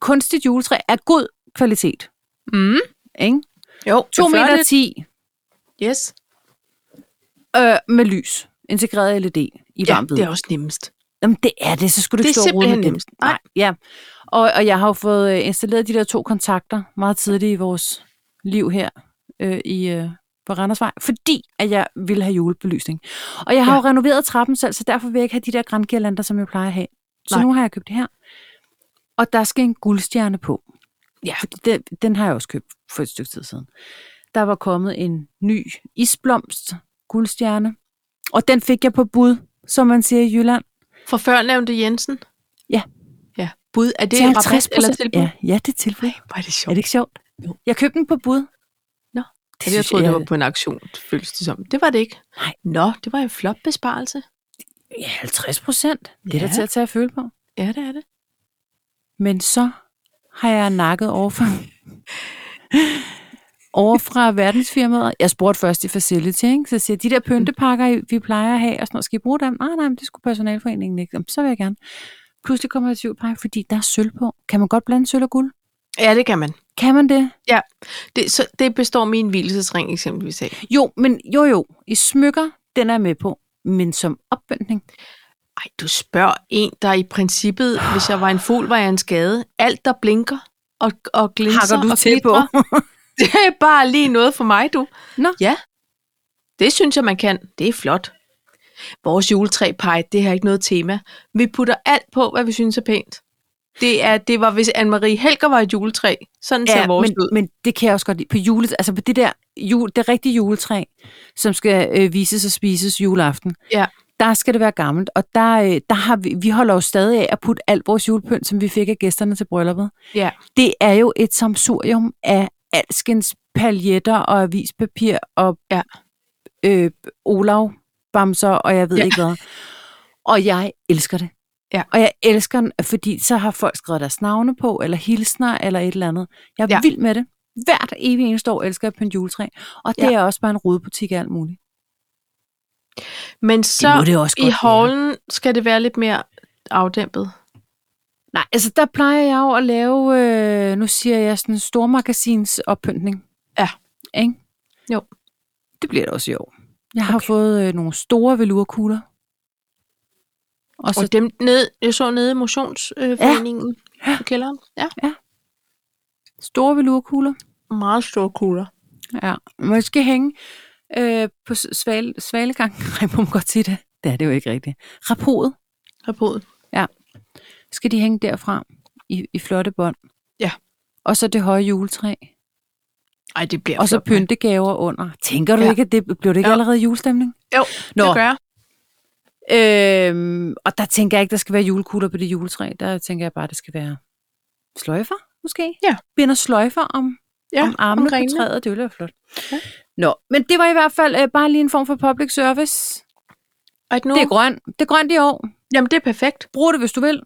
S2: kunstigt juletræ af god kvalitet.
S1: Mm.
S2: Ikke?
S1: Jo,
S2: 2 meter 10
S1: Yes.
S2: øh, med lys, integreret LED i
S1: Ja,
S2: varmt
S1: det er også nemmest.
S2: Jamen, det er det, så skulle du
S1: Det
S2: ikke
S1: er
S2: stå og rode
S1: simpelthen
S2: med dem.
S1: nemmest. Nej.
S2: Ja, og, og jeg har jo fået øh, installeret de der to kontakter meget tidligt i vores liv her øh, i øh, på Randersvej, fordi at jeg ville have julebelysning. Og jeg har ja.
S1: Ja.
S2: jo renoveret trappen selv, så derfor vil jeg ikke have de der grangirlander, som jeg plejer at have. Så
S1: Nej.
S2: nu har jeg købt det her. Og der skal en guldstjerne på.
S1: Ja.
S2: Fordi den, den har jeg også købt for et stykke tid siden. Der var kommet en ny isblomst guldstjerne, og den fik jeg på bud, som man siger i Jylland.
S1: For før nævnte Jensen?
S2: Ja.
S1: Ja. Bud, er det
S2: Til
S1: rabat eller tilbud?
S2: Ja, ja, det er tilbud.
S1: Nej, hvor er det
S2: Er
S1: sjovt.
S2: det ikke sjovt?
S1: Jo.
S2: Jeg købte den på bud.
S1: Nå,
S2: det
S1: Det jeg troede, det var på en aktion, føles det som. Det var det ikke.
S2: Nej.
S1: Nå, det var en flot besparelse.
S2: Ja, 50 procent. Det er ja.
S1: Ja.
S2: da til at tage at føle på.
S1: Ja, det er det.
S2: Men så har jeg nakket over for, over fra verdensfirmaet. Jeg spurgte først i facility, ikke? så siger jeg, de der pyntepakker, I- vi plejer at have, og sådan noget, skal I bruge dem? Nej, nej, men det skulle personalforeningen ikke. Jamen, så vil jeg gerne. Pludselig kommer jeg i tvivl, "Paj, fordi der er sølv på. Kan man godt blande sølv og guld?
S1: Ja, det kan man.
S2: Kan man det?
S1: Det, så, det består min hvilesesring eksempelvis af.
S2: Jo, men jo jo, i smykker, den er jeg med på. Men som opbøndning,
S1: Ej, du spørger en, der i princippet, hvis jeg var en fugl, var jeg en skade. Alt, der blinker og, og glinser
S2: hakker du
S1: og
S2: til på.
S1: glitrer, Det er bare lige noget for mig, du.
S2: Nå.
S1: Ja. Det synes jeg, man kan. Det er flot. Vores juletræpej, det har ikke noget tema. Vi putter alt på, hvad vi synes er pænt. Det, er, det var, hvis Anne-Marie Helger var et juletræ. Sådan ja, ser vores
S2: men,
S1: ud.
S2: men det kan jeg også godt lide. På julet, altså på det der jul, det rigtige juletræ, som skal øh, vises og spises juleaften,
S1: Ja.
S2: der skal det være gammelt. Og der, øh, der har vi, vi holder jo stadig af at putte alt vores julepynt, som vi fik af gæsterne til brylluppet.
S1: Ja.
S2: Det er jo et samsurium af alskens paljetter og avispapir og
S1: Ja.
S2: øh, Olav, bamser og jeg ved ja.
S1: Ja.
S2: ikke hvad. Og jeg elsker det.
S1: Ja.
S2: Og jeg elsker den, fordi så har folk skrevet deres navne på, eller hilsner, eller et eller andet. Jeg er ja.
S1: Ja.
S2: vild med det. Hvert evig eneste år elsker jeg at pynte juletræ. Og det ja.
S1: Ja.
S2: er også bare en rodebutik af alt muligt.
S1: Men
S2: Så det må
S1: så
S2: det også godt
S1: i
S2: være.
S1: hallen skal det være lidt mere afdæmpet.
S2: Nej, altså der plejer jeg jo at lave, øh, nu siger jeg, sådan en stormagasins oppyntning.
S1: Ja.
S2: Ikke?
S1: Jo.
S2: Det bliver det også i år. Jeg har fået øh, nogle store velurkugler. Og så
S1: Og dem ned, jeg så nede i motionsforeningen
S2: Ja.
S1: ja. i kælderen. Ja,
S2: store velurkugler.
S1: meget store kugler.
S2: Ja, man skal hænge øh, på s- sval, svalegang. Nej, må man godt sige det. Det er det jo ikke rigtigt. Rapodet
S1: Her på.
S2: skal de hænge derfra i, i flotte bånd.
S1: Ja.
S2: Og så det høje juletræ.
S1: Ej, det bliver
S2: Og så
S1: flot, mand.
S2: pyntegaver under. Tænker du ja.
S1: Ja.
S2: ikke, at det bliver det ikke
S1: Jo.
S2: allerede julestemning?
S1: Jo,
S2: Nå,
S1: det gør jeg.
S2: øhm, og der tænker jeg ikke, der skal være julekugler på det juletræ. Der tænker jeg bare, at det skal være sløjfer, måske?
S1: Ja.
S2: Binder sløjfer om ja, om armene på
S1: grenene.
S2: træet. Det ville være flot. Ja.
S1: Ja.
S2: Nå, men det var i hvert fald øh, bare lige en form for public service.
S1: At nu,
S2: Det er grønt. Det er grønt i år.
S1: jamen, det er perfekt.
S2: Brug det, hvis du vil.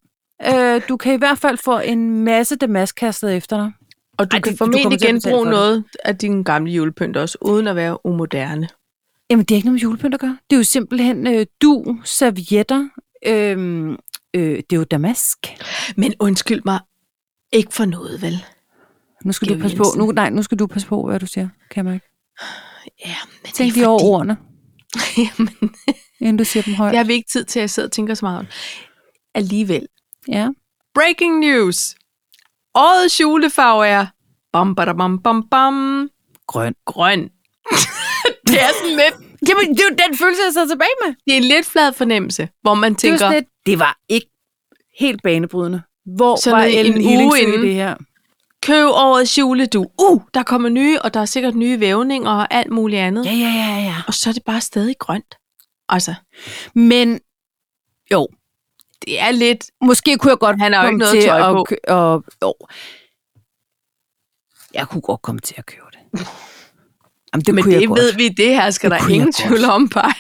S2: Øh, du kan i hvert fald få en masse damask kastet efter dig.
S1: Og du
S2: Ej,
S1: Ej, kan
S2: det- du kommer
S1: formentlig
S2: til at betale
S1: genbruge
S2: for det.
S1: noget af din gamle julepynt også, uden at være umoderne.
S2: Jamen, det er ikke noget med julepynt at gøre. Det er jo simpelthen øh, du, servietter. Øhm, øh, det er jo damask.
S1: Men undskyld mig, ikke for noget, vel?
S2: Nu skal
S1: Det er
S2: du
S1: jo
S2: passe på.
S1: Jensen.
S2: Nu, nej, nu skal du passe på, hvad du siger, kan jeg ikke?
S1: Ja, men det
S2: Tænk
S1: er
S2: lige over
S1: fordi,
S2: ordene,
S1: Jamen,
S2: inden du siger dem højt.
S1: det
S2: Ja.
S1: har vi ikke tid til, at jeg sidder og tænker så meget om. Alligevel.
S2: ja.
S1: Breaking news! Årets julefarve er bam, bada, bam, bam, bam,
S2: Grøn.
S1: grøn. det er sådan lidt,
S2: Jamen, det er jo den følelse, jeg sad tilbage med.
S1: det er en lidt flad fornemmelse, hvor man
S2: Det var,
S1: tænker,
S2: sådan lidt, det var ikke helt banebrydende. Hvor
S1: Sådan
S2: var
S1: noget
S2: Ellen
S1: en uge
S2: Hillingsø i
S1: inden.
S2: det her?
S1: køb årets juledu. Uh, der kommer nye, og der er sikkert nye vævninger og alt muligt andet.
S2: Ja, ja, ja, ja.
S1: Og så er det bare stadig grønt. Altså,
S2: Men jo,
S1: det er lidt...
S2: måske kunne jeg godt
S1: Han har jo
S2: komme
S1: ikke noget
S2: til
S1: tøj
S2: at,
S1: på.
S2: kø- Og, jo. Jeg kunne godt komme til at købe det. Jamen, det
S1: Men
S2: kunne
S1: det
S2: jeg godt.
S1: ved vi, det her skal
S2: Det
S1: der
S2: kunne jeg
S1: ingen
S2: godt.
S1: tvivl om, bare.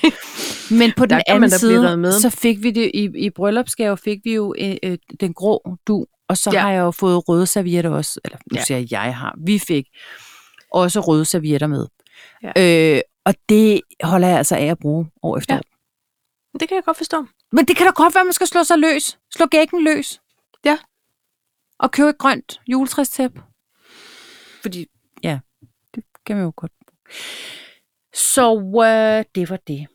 S2: Men på
S1: Der
S2: den
S1: kan man
S2: anden
S1: da blive
S2: side,
S1: revet med.
S2: så fik vi det i, i bryllupsgave, fik vi jo øh, øh, den grå du, og så
S1: Ja.
S2: ja. har jeg jo fået røde servietter også, eller nu
S1: Ja.
S2: ja. siger jeg, jeg har, vi fik også røde servietter med.
S1: Ja.
S2: Øh, og det holder jeg altså af at bruge år efter
S1: Ja.
S2: ja.
S1: Det kan jeg godt forstå.
S2: år. Men det kan da godt være, at man skal slå sig løs. Slå gækken løs.
S1: Ja.
S2: Og købe et grønt juletræstæp. Fordi, ja, det kan man jo godt bruge. Så øh, det var det.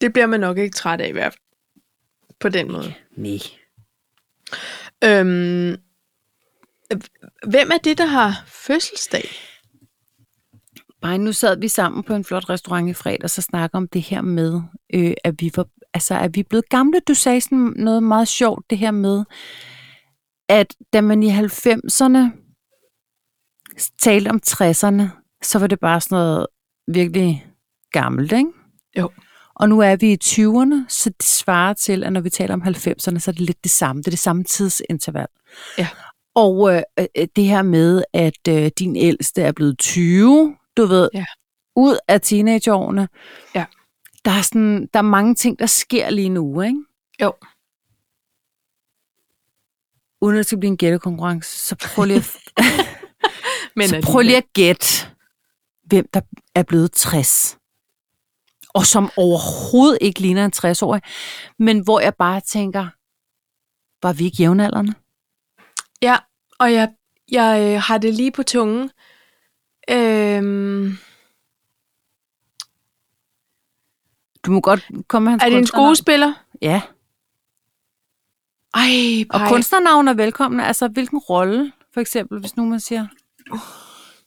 S1: Det bliver man nok ikke træt af i hvert fald. På den måde.
S2: Nej.
S1: Øhm, hvem er det, der har fødselsdag?
S2: Bare nu sad vi sammen på en flot restaurant i fredag, så snakker om det her med, øh, at vi var, altså, at vi er blevet gamle. Du sagde sådan noget meget sjovt, det her med, at da man i 90'erne talte om 60'erne, så var det bare sådan noget virkelig gammelt, ikke?
S1: Jo.
S2: Og nu er vi i 20'erne, så det svarer til, at når vi taler om 90'erne, så er det lidt det samme. Det er det samme tidsinterval.
S1: Ja.
S2: Og øh, øh, det her med, at øh, din ældste er blevet 20, du ved,
S1: Ja.
S2: ud af teenageårene.
S1: Ja.
S2: Der er, sådan, der er mange ting, der sker lige nu, ikke?
S1: Jo.
S2: Uden at det skal blive en gættekonkurrence, så prøv lige at Men så
S1: alligevel.
S2: prøv lige at gætte, hvem der er blevet 60. Og som overhovedet ikke ligner en 60-årig, men hvor jeg bare tænker, var vi ikke jævnaldrende?
S1: Ja, og jeg, jeg øh, har det lige på tungen. Øhm,
S2: Du må godt komme med hans
S1: er det en
S2: kunstnernavn.
S1: skuespiller?
S2: Ja,
S1: Ej,
S2: og
S1: pej.
S2: kunstnernavn er velkomne. Altså, hvilken rolle, for eksempel, hvis nu man siger,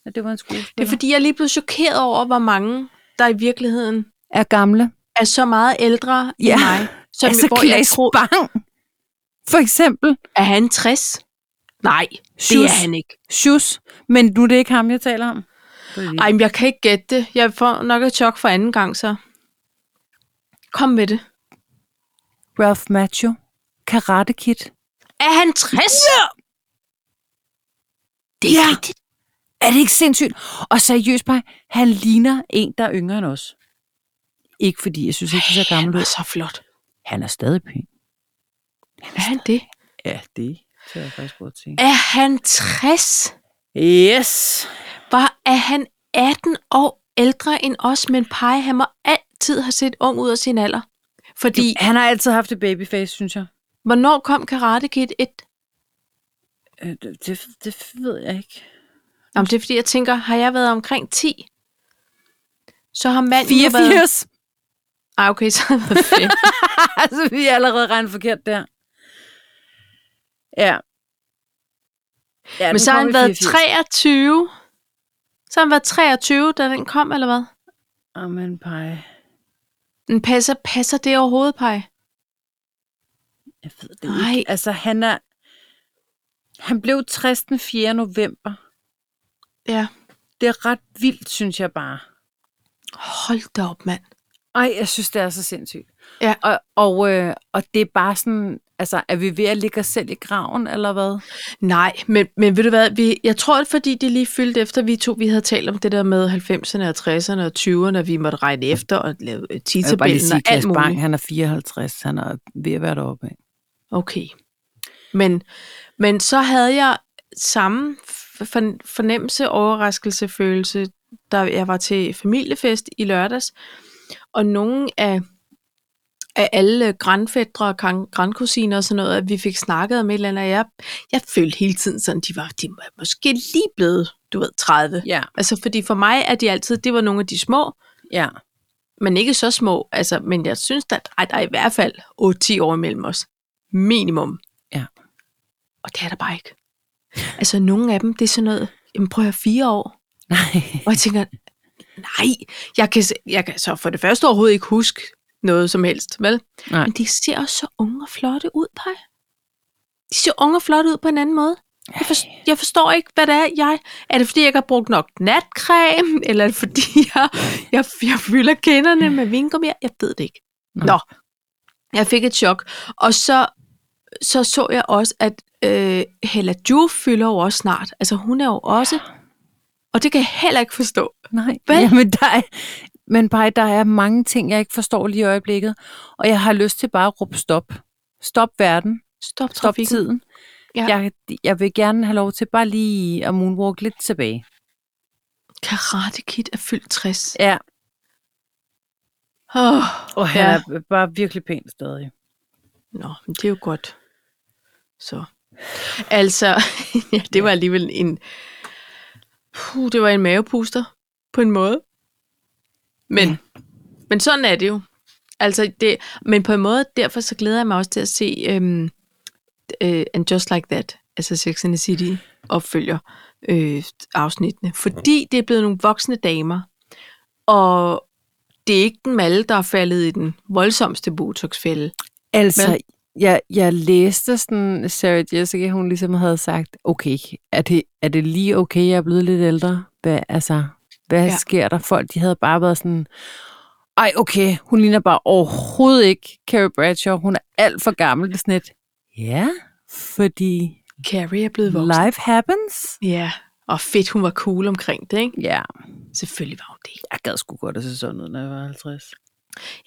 S2: at det var en skuespiller.
S1: Uh. Det er fordi, jeg er lige blevet chokeret over, hvor mange, der i virkeligheden
S2: er gamle.
S1: er så meget ældre ja.
S2: Ja.
S1: end mig. Som
S2: altså,
S1: hvor jeg
S2: Claes
S1: tror,
S2: Bang, for eksempel.
S1: er han 60? Nej, det
S2: Sjus.
S1: er han ikke.
S2: Sjus. Men nu er det ikke ham, jeg taler om.
S1: Ej, men jeg kan ikke gætte det. Jeg får nok et chok for anden gang, så. Kom med det.
S2: Ralph Macchio. Karate Kid.
S1: Er han 60? Ja! Det er
S2: Ja.
S1: ja. rigtigt.
S2: Er det ikke sindssygt? Og seriøst bare, han ligner en, der er yngre end os. Ikke fordi, jeg synes ikke, han er så gammel
S1: Han
S2: ud.
S1: var så flot.
S2: Han er stadig pæn.
S1: Er han det?
S2: Ja, det tør jeg faktisk godt til.
S1: Er han 60?
S2: Yes!
S1: Var er han 18 år ældre end os, men Pai, han må altid have set ung ud af sin alder. Fordi,
S2: Han har altid haft et babyface, synes jeg.
S1: hvornår kom Karate Kid 1?
S2: Øh, Det, det, det ved jeg ikke.
S1: Jamen, det er fordi, jeg tænker, har jeg været omkring 10? Så har manden jo været...
S2: 84!
S1: Ah, okay, så har han været fem.
S2: altså, vi er allerede regnet forkert der. Ja. ja
S1: Men så har han været
S2: 3.
S1: 23. Så har han været 23, da den kom, eller hvad?
S2: Amen, pej.
S1: Men passer, passer det overhovedet, Pai?
S2: Jeg ved det
S1: Nej.
S2: ikke. Altså, han er... Han blev 60. den 4. november.
S1: Ja.
S2: Det er ret vildt, synes jeg bare.
S1: Hold da op, mand.
S2: Ej, jeg synes, det er så sindssygt.
S1: Ja.
S2: Og, og, øh, og det er bare sådan... Altså, er vi ved at ligge os selv i graven, eller hvad?
S1: Nej, men, men ved du hvad, vi, jeg tror, at fordi det lige fyldte efter, vi to vi havde talt om det der med 90'erne og 60'erne og 20'erne, og vi måtte regne efter og lave øh, titabellen og alt muligt.
S2: han er 54. Han er ved at være deroppe.
S1: Okay. Men, men så havde jeg samme f- forn- fornemmelse, overraskelse, følelse, da jeg var til familiefest i lørdags, og nogle af, af alle grandfædre og gran- grandkusiner og sådan noget, at vi fik snakket om et eller andet, og jeg, jeg følte hele tiden sådan, de var de var måske lige blevet, du ved, 30.
S2: Ja,
S1: Altså, fordi for mig er de altid, det var nogle af de små,
S2: ja.
S1: men ikke så små, altså, men jeg synes, at ej, der er i hvert fald 8-10 år imellem os. Minimum.
S2: Ja.
S1: Og det er der bare ikke. Altså, nogle af dem, det er sådan noget, jamen prøv at høre, fire år.
S2: Nej.
S1: Og jeg tænker, nej, jeg kan, s- jeg kan så for det første overhovedet ikke huske noget som helst, vel?
S2: Nej.
S1: Men de ser også så unge og flotte ud, Paj. De ser unge og flotte ud på en anden måde. Jeg, for, jeg forstår ikke, hvad det er, jeg... Er det, fordi jeg ikke har brugt nok natcreme? Eller er det, fordi jeg, jeg, jeg fylder kinderne med vingummi? Jeg ved det ikke.
S2: Nå.
S1: Nå. Jeg fik et chok. Og så så, så jeg også, at øh, Hella Juf fylder jo også snart. Altså, hun er jo også... Og det kan jeg heller ikke forstå.
S2: Nej,
S1: Vel?
S2: Jamen, der er, men bare, der er mange ting, jeg ikke forstår lige i øjeblikket. Og jeg har lyst til bare at råbe stop. Stop verden.
S1: Stop
S2: Stop
S1: trafikken.
S2: tiden.
S1: Ja.
S2: Ja. Jeg, jeg vil gerne have lov til bare lige at moonwalk lidt tilbage.
S1: Karate Kid er fyldt 60.
S2: Ja,
S1: Oh,
S2: og han
S1: Ja.
S2: ja. er bare virkelig pæn stadig.
S1: nå, men det er jo godt. Så. Altså, ja, det var alligevel en... Puh, det var en mavepuster, på en måde. Men,
S2: Ja.
S1: men sådan er det jo. Altså, det, men på en måde, derfor så glæder jeg mig også til at se øhm, øh, And Just Like That, altså Sex and the City opfølger øh, afsnittene. Fordi det er blevet nogle voksne damer, og det er ikke dem alle, der er faldet i den voldsomste botoxfælde.
S2: Altså,
S1: Vel?
S2: jeg, jeg læste sådan, Sarah Jessica, hun ligesom havde sagt, okay, er det, er det lige okay, jeg er blevet lidt ældre? Hvad, altså, hvad
S1: Ja.
S2: ja. sker der? Folk, de havde bare været sådan, ej, okay, hun ligner bare overhovedet ikke Carrie Bradshaw. Hun er alt for gammel. Det er sådan et, ja, fordi
S1: Carrie er blevet voksen.
S2: life happens.
S1: Ja, og fedt, hun var cool omkring det, ikke?
S2: Ja,
S1: Selvfølgelig var hun det.
S2: jeg gad sgu godt at se sådan ud, når jeg var 50.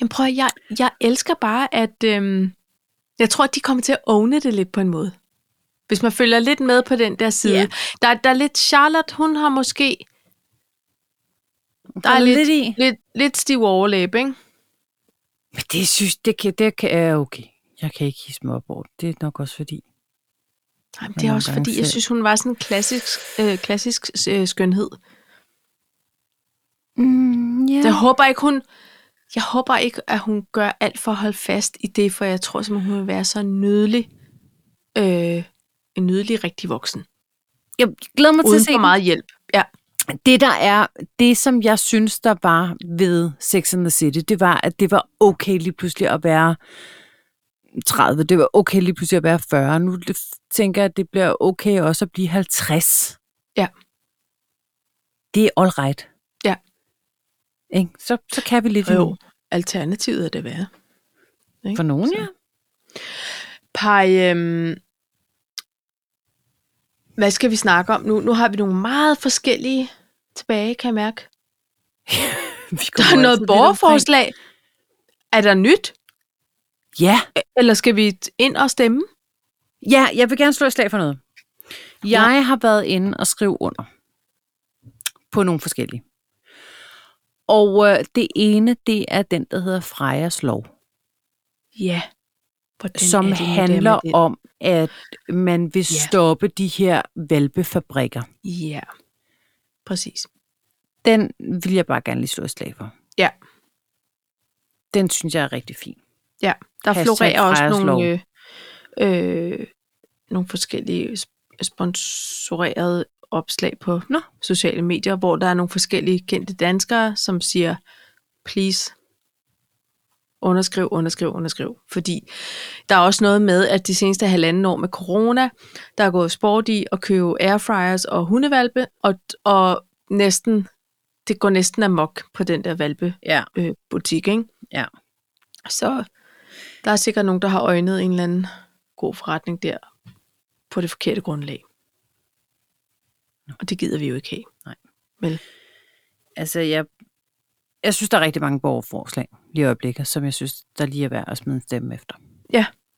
S1: Jamen prøv at, jeg, jeg elsker bare, at øhm, jeg tror, at de kommer til at åbne det lidt på en måde. Hvis man følger lidt med på den der side.
S2: Ja.
S1: Yeah. Der, der er lidt Charlotte, hun har måske Der er
S2: Falder
S1: lidt-
S2: i.
S1: lidt, lidt stiv overlæb, ikke?
S2: Men det synes det kan, det kan, er okay. Jeg kan ikke hisse mig op over. det. Det er nok også fordi,
S1: Nej, men
S2: Men
S1: det er
S2: nogle
S1: også
S2: gange
S1: fordi, jeg
S2: selv.
S1: synes, hun var sådan en klassisk, øh, klassisk øh, skønhed.
S2: Mm, yeah.
S1: Så jeg håber ikke, hun... Jeg håber ikke, at hun gør alt for at holde fast i det, for jeg tror simpelthen, hun vil være så nydelig, øh, en nydelig rigtig voksen.
S2: jeg glæder mig til at
S1: Uden
S2: se
S1: for meget hjælp. Ja.
S2: den. det der er det som jeg synes der var ved Sex and the City det var at det var okay lige pludselig at være 30 det var okay lige pludselig at være 40 nu l- tænker jeg at det bliver okay også at blive 50
S1: Ja.
S2: det er all right
S1: Ja.
S2: Ikke? Så, så kan vi lidt
S1: Jo,
S2: endnu.
S1: alternativet er det værre.
S2: for nogen
S1: Så.
S2: ja
S1: Pej, øhm, hvad skal vi snakke om nu? Nu har vi nogle meget forskellige tilbage, kan jeg mærke.
S2: vi
S1: Der er noget borgerforslag. Er der nyt?
S2: ja
S1: Eller skal vi t- ind og stemme?
S2: Ja, jeg vil gerne slå et slag for noget. Jeg har været inde og skrive under på nogle forskellige. Og øh, det ene, det er den, der hedder Frejas lov,
S1: Ja. Hvordan
S2: som
S1: er det nu, det er med
S2: handler
S1: den?
S2: om, at man vil
S1: Ja.
S2: stoppe de her valpefabrikker.
S1: Ja, præcis.
S2: Den vil jeg bare gerne lige slå et slag for.
S1: Ja.
S2: Den synes jeg er rigtig fin.
S1: Ja, der
S2: Hashtag
S1: florerer også
S2: Frejas
S1: nogle, øh, øh, nogle forskellige sp- sponsorerede opslag på
S2: Nå.
S1: sociale medier, hvor der er nogle forskellige kendte danskere, som siger, please, underskriv, underskriv, underskriv. Fordi der er også noget med, at de seneste halvanden år med corona, der er gået sport i at købe airfryers og hundevalpe, og, og næsten, det går næsten amok på den der valpe
S2: Ja.
S1: øh, butik, ikke?
S2: Ja.
S1: Så der er sikkert nogen, der har øjnet en eller anden god forretning der på det forkerte grundlag. Og det gider vi jo ikke have.
S2: Altså, jeg, jeg synes, der er rigtig mange borgerforslag lige i øjeblikket, som jeg synes, der lige er værd at smide en stemme efter.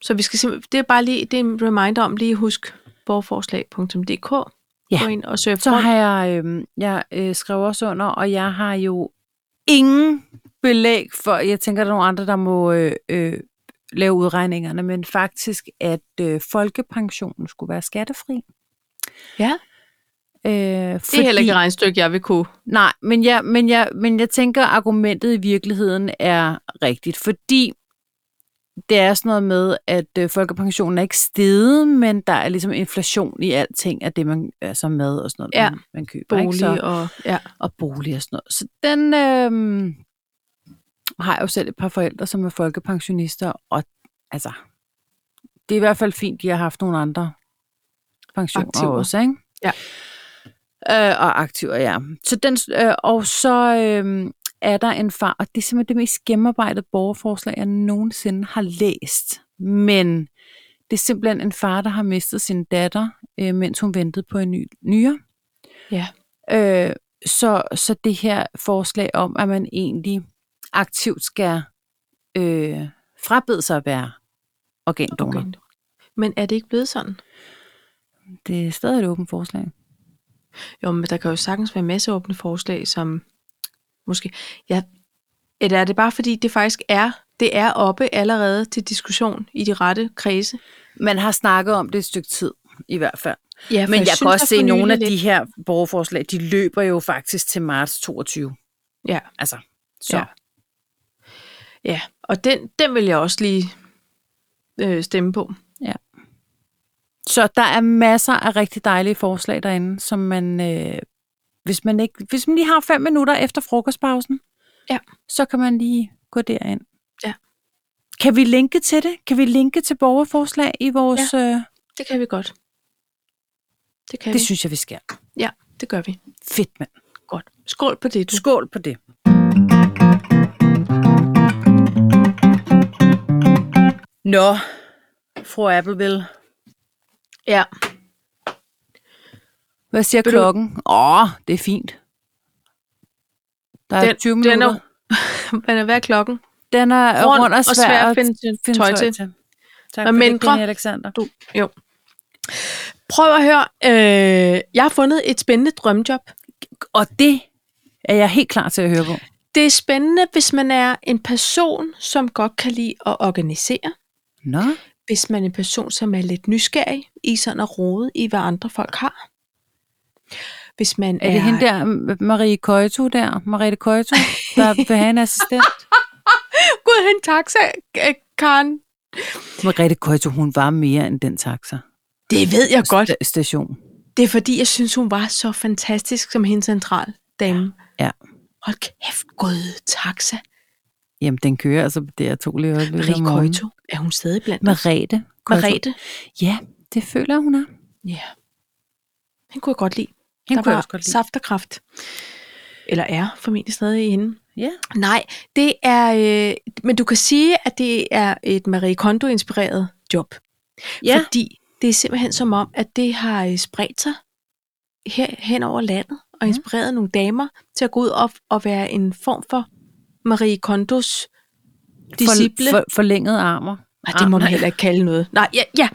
S1: Så vi skal simpelthen, det er bare lige, det er en reminder om lige at huske borgerforslag.dk.
S2: Ja.
S1: Gå ind og surf
S2: Så
S1: rundt.
S2: har jeg, øh, jeg øh, skrev også under, og jeg har jo ingen belæg for, jeg tænker, der er nogle andre, der må øh, øh, lave udregningerne, men faktisk, at øh, folkepensionen skulle være skattefri.
S1: Ja.
S2: Øh,
S1: Det er heller ikke et regnstykke, jeg vil kunne.
S2: Nej, men jeg, men, jeg, men jeg tænker, at argumentet i virkeligheden er rigtigt, fordi det er sådan noget med, at øh, folkepensionen er ikke steget, men der er ligesom inflation i alting af det, man er så med og sådan noget,
S1: Ja.
S2: man, man køber. ikke? Så,
S1: Bolig og... Ja.
S2: og bolig og sådan noget. Så den øh, har jeg jo selv et par forældre, som er folkepensionister, og altså, det er i hvert fald fint, de har haft nogle andre pensioner
S1: Aktiver.
S2: også, ikke?
S1: Ja.
S2: Øh, og aktiver, ja. Så den, øh, og så øh, er der en far, og det er simpelthen det mest gennemarbejdede borgerforslag, jeg nogensinde har læst. Men det er simpelthen en far, der har mistet sin datter, øh, mens hun ventede på en ny nyere.
S1: Ja.
S2: Øh, så, så det her forslag om, at man egentlig aktivt skal øh, frabede sig at være organdonor. Okay.
S1: Okay. Men er det ikke blevet sådan?
S2: Det er stadig et åbent forslag.
S1: Jo, men der kan jo sagtens være en masse åbne forslag, som måske... Ja, eller er det bare fordi, det faktisk er, det er oppe allerede til diskussion i de rette kredse?
S2: Man har snakket om det et stykke tid, i hvert fald.
S1: Ja,
S2: Men jeg, jeg kan også se, at nogle af de her borgerforslag, de løber jo faktisk til marts 22.
S1: Ja,
S2: Altså, så.
S1: Ja. ja. og den, den vil jeg også lige øh, stemme på.
S2: Så der er masser af rigtig dejlige forslag derinde, som man, øh, hvis, man ikke, hvis man lige har fem minutter efter frokostpausen,
S1: Ja.
S2: så kan man lige gå derind.
S1: Ja.
S2: Kan vi linke til det? Kan vi linke til borgerforslag i vores... Ja, øh,
S1: Det kan vi godt. Det kan
S2: det
S1: vi. Mm.
S2: synes jeg, vi skal.
S1: Ja, det gør vi.
S2: Fedt, mand.
S1: Godt. Skål på det, du.
S2: Skål på det. Nå, fru Appleville.
S1: Ja.
S2: Hvad siger
S1: Vil du-
S2: klokken? Åh, oh, det er fint. Der er
S1: Den-
S2: 20
S1: den er-
S2: minutter.
S1: Men hvad er klokken?
S2: Den er rund, rund og svær,
S1: at finde,
S2: finde
S1: tøj til.
S2: Tak
S1: Og
S2: for det,
S1: mindre.
S2: Kenny Alexander.
S1: Du, jo. Prøv at høre. Øh, jeg har fundet et spændende drømjob.
S2: Og det er jeg helt klar til at høre på.
S1: Det er spændende, hvis man er en person, som godt kan lide at organisere.
S2: Nå,
S1: Hvis man er en person, som er lidt nysgerrig i sådan at rode i, hvad andre folk har. Hvis man
S2: er det hende der, M- Marie Køjto der? Marie Køjto, der vil have en assistent?
S1: Gud, hende taxa, øh, Karen.
S2: Marie Køjto, hun var mere end den taxa.
S1: Det ved jeg godt.
S2: Sta- Station.
S1: Det er fordi, jeg synes, hun var så fantastisk som hendes central dame.
S2: Ja.
S1: Hold kæft, god taxa.
S2: Jamen, den kører altså på DR2 lige i øjeblikket.
S1: Marie
S2: om morgenen.
S1: Køjto. Er hun stadig blandt os?
S2: Merete. Køjto.
S1: Marete.
S2: Ja, det føler jeg, hun er.
S1: Ja. Hende kunne jeg godt lide.
S2: Hende
S1: der
S2: kunne jeg
S1: var
S2: også godt lide.
S1: saft og kraft. Eller er formentlig stadig i hende.
S2: Ja.
S1: Nej, det er... Øh, men du kan sige, at det er et Marie Kondo-inspireret job.
S2: Ja.
S1: Fordi det er simpelthen som om, at det har øh, spredt sig her, hen over landet og
S2: Ja.
S1: inspireret nogle damer til at gå ud og, og være en form for Marie Kondos disciple.
S2: For, for, forlængede armer.
S1: Nej, det må
S2: Ah,
S1: man
S2: nej.
S1: heller ikke kalde noget. Nej, ja, ja.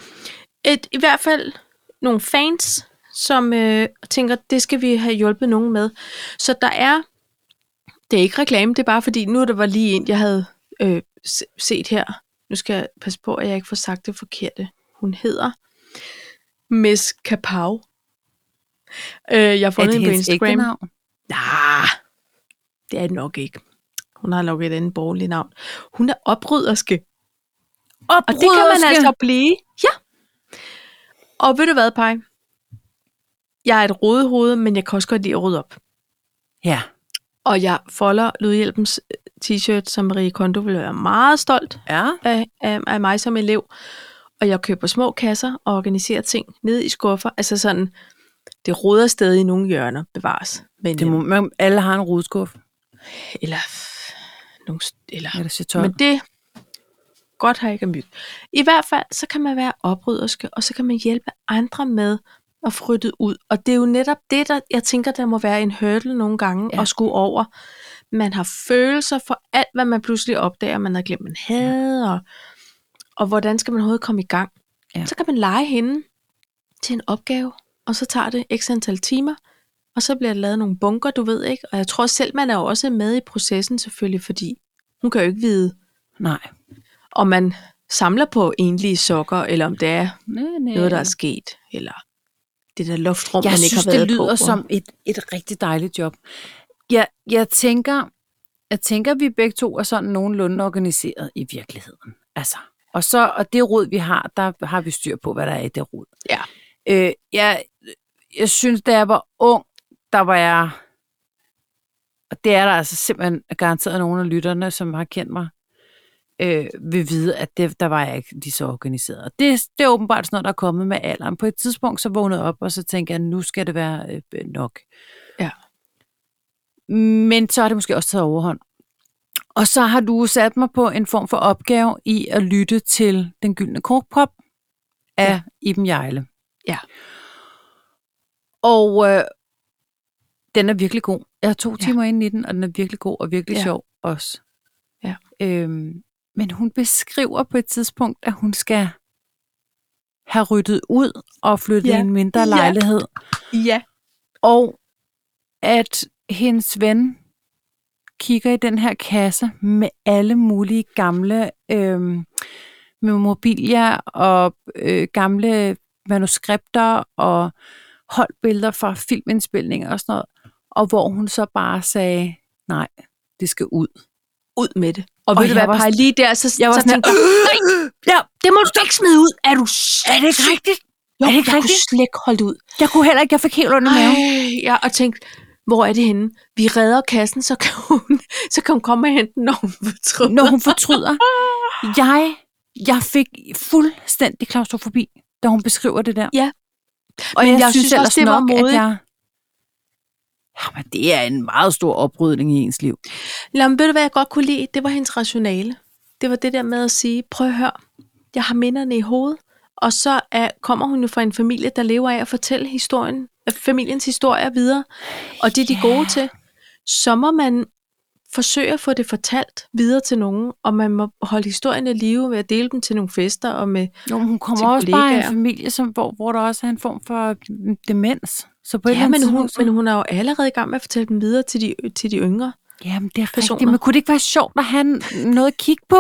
S1: Et, I hvert fald nogle fans, som øh, tænker, det skal vi have hjulpet nogen med. Så der er, det er ikke reklame, det er bare fordi, nu der var lige en, jeg havde øh, se- set her. Nu skal jeg passe på, at jeg ikke får sagt det forkerte. Hun hedder Miss Kapow. Øh, jeg har
S2: Er
S1: fundet
S2: det
S1: hende på
S2: hendes ægte
S1: Instagram.
S2: navn?
S1: Nej, Ah, det er det nok ikke. Hun har nok et andet borgerligt navn. Hun er oprydderske. Og det kan man
S2: Bryderske.
S1: altså blive. Ja. Og ved du hvad, Paj? Jeg er et rodehoved, men jeg kan også godt lide at rydde op.
S2: Ja.
S1: Og jeg folder Lydhjælpens øh, t-shirt, som Marie Kondo vil være meget stolt
S2: Ja.
S1: af, af, af mig som elev. Og jeg køber små kasser og organiserer ting ned i skuffer. Altså sådan, det roder stadig i nogle hjørner, bevares. Men,
S2: Det må, man, alle har en rodskuffe.
S1: øhm, eller, f- nogle, st- eller
S2: Eller chatol.
S1: Men det godt har ikke er myg. I hvert fald, så kan man være oprydderske, og så kan man hjælpe andre med at frytte ud. Og det er jo netop det, der, jeg tænker, der må være en hurdle nogle gange
S2: Ja.
S1: ja. at skulle over. Man har følelser for alt, hvad man pludselig opdager, man har glemt, man havde, og, og hvordan skal man overhovedet komme i gang.
S2: Ja.
S1: Ja. Så kan man lege hende til en opgave, og så tager det x antal timer, og så bliver der lavet nogle bunker, du ved ikke. Og jeg tror selv, man er jo også med i processen selvfølgelig, fordi hun kan jo ikke vide,
S2: Nej.
S1: om man samler på egentlige sokker, eller om det er
S2: Nej, nej.
S1: noget, der er sket, eller det der luftrum,
S2: jeg
S1: man ikke
S2: synes,
S1: har været
S2: det lyder
S1: på.
S2: som et, et rigtig dejligt job. Jeg, jeg tænker, jeg tænker, at vi begge to er sådan nogenlunde organiseret i virkeligheden. Altså. Og, så, og det råd, vi har, der har vi styr på, hvad der er i det råd.
S1: Ja.
S2: Øh, jeg, jeg synes, da jeg var ung, der var jeg... Og det er der altså simpelthen garanteret nogen af lytterne, som har kendt mig. øh, vil vide, at det, der var jeg ikke lige så organiseret. Og Det, det er åbenbart sådan noget, der er kommet med alderen. På et tidspunkt så vågnede jeg op, og så tænkte jeg, nu skal det være øh, nok.
S1: Ja.
S2: Men så har det måske også taget overhånd. Og så har du sat mig på en form for opgave i at lytte til Den Gyldne Korkpop af ja.
S1: Ja.
S2: Iben Jejle.
S1: Ja.
S2: Og øh, den er virkelig god. Jeg er to
S1: Ja.
S2: timer inde i den, og den er virkelig god og virkelig ja.
S1: Ja.
S2: sjov også.
S1: Ja.
S2: Øhm, men hun beskriver på et tidspunkt, at hun skal have ryddet ud og flyttet ja.
S1: Ja.
S2: i en mindre
S1: Ja.
S2: lejlighed.
S1: Ja.
S2: Og at hendes ven kigger i den her kasse med alle mulige gamle øhm, memorabilia og øh, gamle manuskripter og holdbilleder fra filmindspilninger og sådan noget. Og hvor hun så bare sagde, nej, det skal ud.
S1: Ud med det. Og,
S2: Og
S1: ved du
S2: jeg
S1: hvad,
S2: var
S1: Paj, lige der, så,
S2: jeg var
S1: så
S2: sådan "Øh,
S1: tænkte jeg,
S2: Ja,
S1: det må du ikke smide ud. Er du er det ikke
S2: rigtigt?
S1: Jo,
S2: er det ikke
S1: jeg
S2: rigtigt?
S1: kunne slet ikke holde det ud.
S2: Jeg kunne heller ikke, jeg fik helt under maven.
S1: Ej, ja, og tænkte, hvor er det henne? Vi redder kassen, så kan hun, så kan hun komme og hente den, når hun fortryder.
S2: når hun fortryder. Jeg, jeg fik fuldstændig klaustrofobi, da hun beskriver det der.
S1: Ja.
S2: Og
S1: Men
S2: jeg,
S1: jeg
S2: synes,
S1: synes
S2: ellers
S1: også, det var
S2: nok, at
S1: modigt.
S2: Jeg... Jamen, det er en meget stor oprydning i ens liv.
S1: Jamen, ved du, hvad jeg godt kunne lide? Det var hendes rationale. Det var det der med at sige, prøv at høre, jeg har minderne i hovedet, og så er, kommer hun jo fra en familie, der lever af at fortælle historien, øh, familiens historie videre, og det er de
S2: Ja.
S1: yeah. gode til. Så må man forsøge at få det fortalt videre til nogen, og man må holde historien i live ved at dele dem til nogle fester, og med,
S2: Jo, men hun kommer
S1: Til
S2: også bare i en
S1: kollegaer.
S2: familie, som, hvor, hvor der også er en form for mm, demens. Så på et eller
S1: ja,
S2: andet
S1: men hun,
S2: tidspunkt, så-
S1: men hun er jo allerede i gang med at fortælle dem videre til de, til de yngre.
S2: Jamen, det er rigtigt.
S1: personer.
S2: Men kunne det ikke være sjovt at have n- noget at kigge på,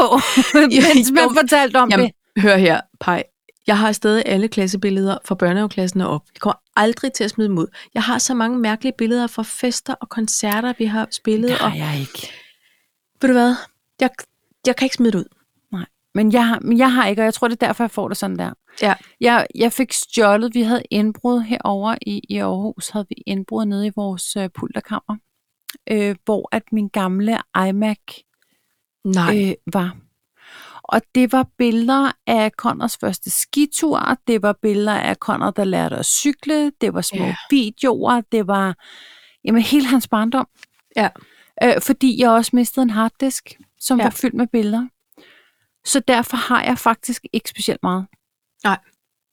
S2: mens man
S1: jo.
S2: fortalte om
S1: Jamen,
S2: det?
S1: hør her, Pej. Jeg har stadig alle klassebilleder fra børnehaveklassen og op. Jeg kommer aldrig til at smide dem ud. Jeg har så mange mærkelige billeder fra fester og koncerter, vi har spillet.
S2: Det
S1: Og,
S2: har jeg ikke.
S1: ved du hvad? Jeg, jeg kan ikke smide det ud.
S2: Nej, men jeg, har, men jeg har ikke, og jeg tror, det er derfor, jeg får det sådan der.
S1: Ja.
S2: Jeg, jeg fik stjålet, vi havde indbrud herover i, i Aarhus, havde vi indbrud nede i vores øh, pulterkammer, øh, hvor at min gamle iMac
S1: Nej. Øh,
S2: øh, var. Og det var billeder af Connors første skitur, det var billeder af Connor, der lærte at cykle, det var små
S1: Ja.
S2: videoer, det var jamen, hele hans barndom.
S1: Ja.
S2: Øh, fordi jeg også mistede en harddisk, som ja.
S1: Ja.
S2: var fyldt med billeder. Så derfor har jeg faktisk ikke specielt meget.
S1: Nej.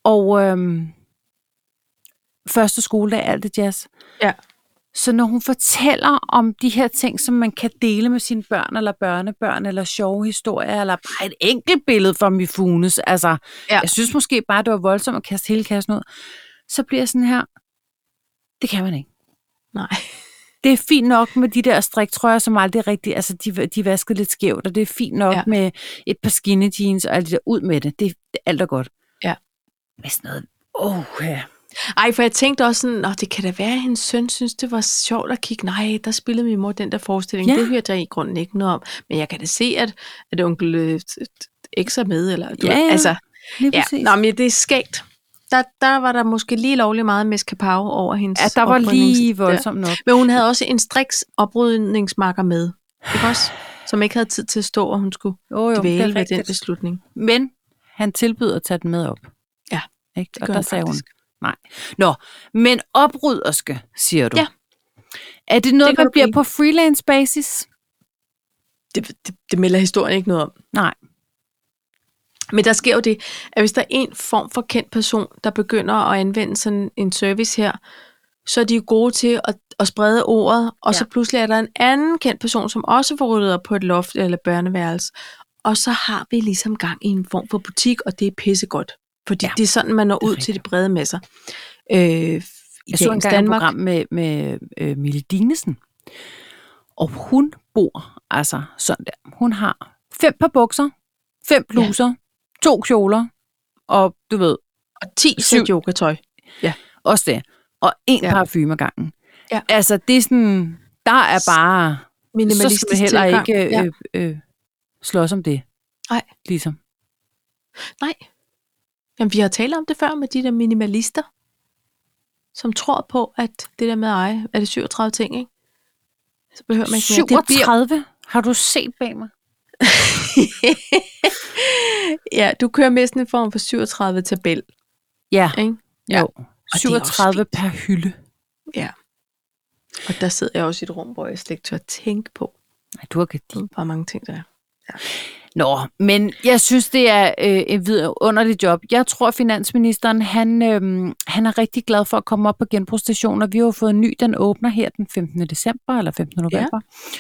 S2: Og øhm, første skoledag, alt det jazz.
S1: Ja.
S2: Så når hun fortæller om de her ting, som man kan dele med sine børn eller børnebørn, eller sjove historier, eller bare et enkelt billede fra Mifunes, altså, ja.
S1: Ja.
S2: jeg synes måske bare, det var voldsomt at kaste hele kassen ud, så bliver jeg sådan her, det kan man ikke.
S1: Nej.
S2: Det er fint nok med de der striktrøjer, som aldrig rigtig, altså de, de er vasket lidt skævt, og det er fint nok ja.
S1: Ja.
S2: med et par skinny jeans og alt det der, ud med det, det, det alt er godt.
S1: Ja.
S2: Men sådan noget, åh, ja.
S1: Ej, for jeg tænkte også sådan, Nå, det kan da være, at hendes søn synes, det var sjovt at kigge. Nej, der spillede min mor den der forestilling.
S2: Ja.
S1: Ja. Det hørte jeg i grunden ikke noget om. Men jeg kan da se, at, at onkel øh, ikke er med. Eller, du
S2: Ja,
S1: ved,
S2: ja.
S1: Altså,
S2: lige
S1: Ja,
S2: præcis.
S1: Nå, men det er skægt. Der, der var der måske lige lovlig meget meskapav over hendes
S2: ja, der var lige
S1: oprydnings-
S2: voldsomt nok.
S1: Der. Men hun havde også en striks oprydningsmarker med, ikke også? Som ikke havde tid til at stå, og hun skulle
S2: Oh, jo, det
S1: dvæle
S2: er
S1: ved den
S2: rigtigt.
S1: beslutning.
S2: Men han tilbød at tage den med op.
S1: Ja,
S2: Ikke? Og
S1: gør
S2: der
S1: han
S2: sagde
S1: faktisk.
S2: hun, nej. Nå, men opryderske, siger du.
S1: Ja.
S2: Er det noget,
S1: Det
S2: det
S1: kan
S2: man
S1: du
S2: bliver
S1: blive.
S2: på freelance basis?
S1: Det, det, det melder historien ikke noget om.
S2: Nej.
S1: Men der sker jo det, at hvis der er en form for kendt person, der begynder at anvende sådan en service her, så er de jo gode til at, at sprede ordet, og ja. så
S2: Ja.
S1: pludselig er der en anden kendt person, som også får ryddet op på et loft eller børneværelse. Og så har vi ligesom gang i en form for butik, og det er pissegodt. Fordi
S2: Ja,
S1: ja. det er sådan, man når
S2: er
S1: ud til de brede masser. Øh, I
S2: Jeg så
S1: dagens
S2: engang et program med, med øh, Mille Dinesen. Og hun bor altså sådan der. Hun har fem par bukser, fem bluser, ja. to kjoler, og du ved,
S1: og 10
S2: syv-
S1: sæt yogatøj.
S2: Også det. Og en ja.
S1: Ja.
S2: parfume ad gangen.
S1: Ja.
S2: Altså, det er sådan, der er bare, så skal man
S1: Minimalistisk
S2: heller
S1: tilgang.
S2: ikke
S1: Ja.
S2: øh, øh, slås om det.
S1: Nej.
S2: Ligesom.
S1: Nej. Jamen, vi har talt om det før med de der minimalister, som tror på, at det der med at eje, er det 37 ting, ikke? Så behøver man ikke mere. Det
S2: 37? Har du set bag mig?
S1: ja, du kører med sådan en form for 37-tabel,
S2: Ja,
S1: ikke? Ja.
S2: jo.
S1: det er
S2: 37
S1: også
S2: per hylde.
S1: Og der sidder jeg også i et rum, hvor jeg slet ikke tør tænke på,
S2: Nej, du har gardin.
S1: hvor mange ting der er.
S2: Nå, men jeg synes, det er øh, et vidunderligt job. Jeg tror, finansministeren, han, øh, han er rigtig glad for at komme op på genbrugsstationer. Vi har jo fået en ny, den åbner her den 15. december, eller 15. november. Ja.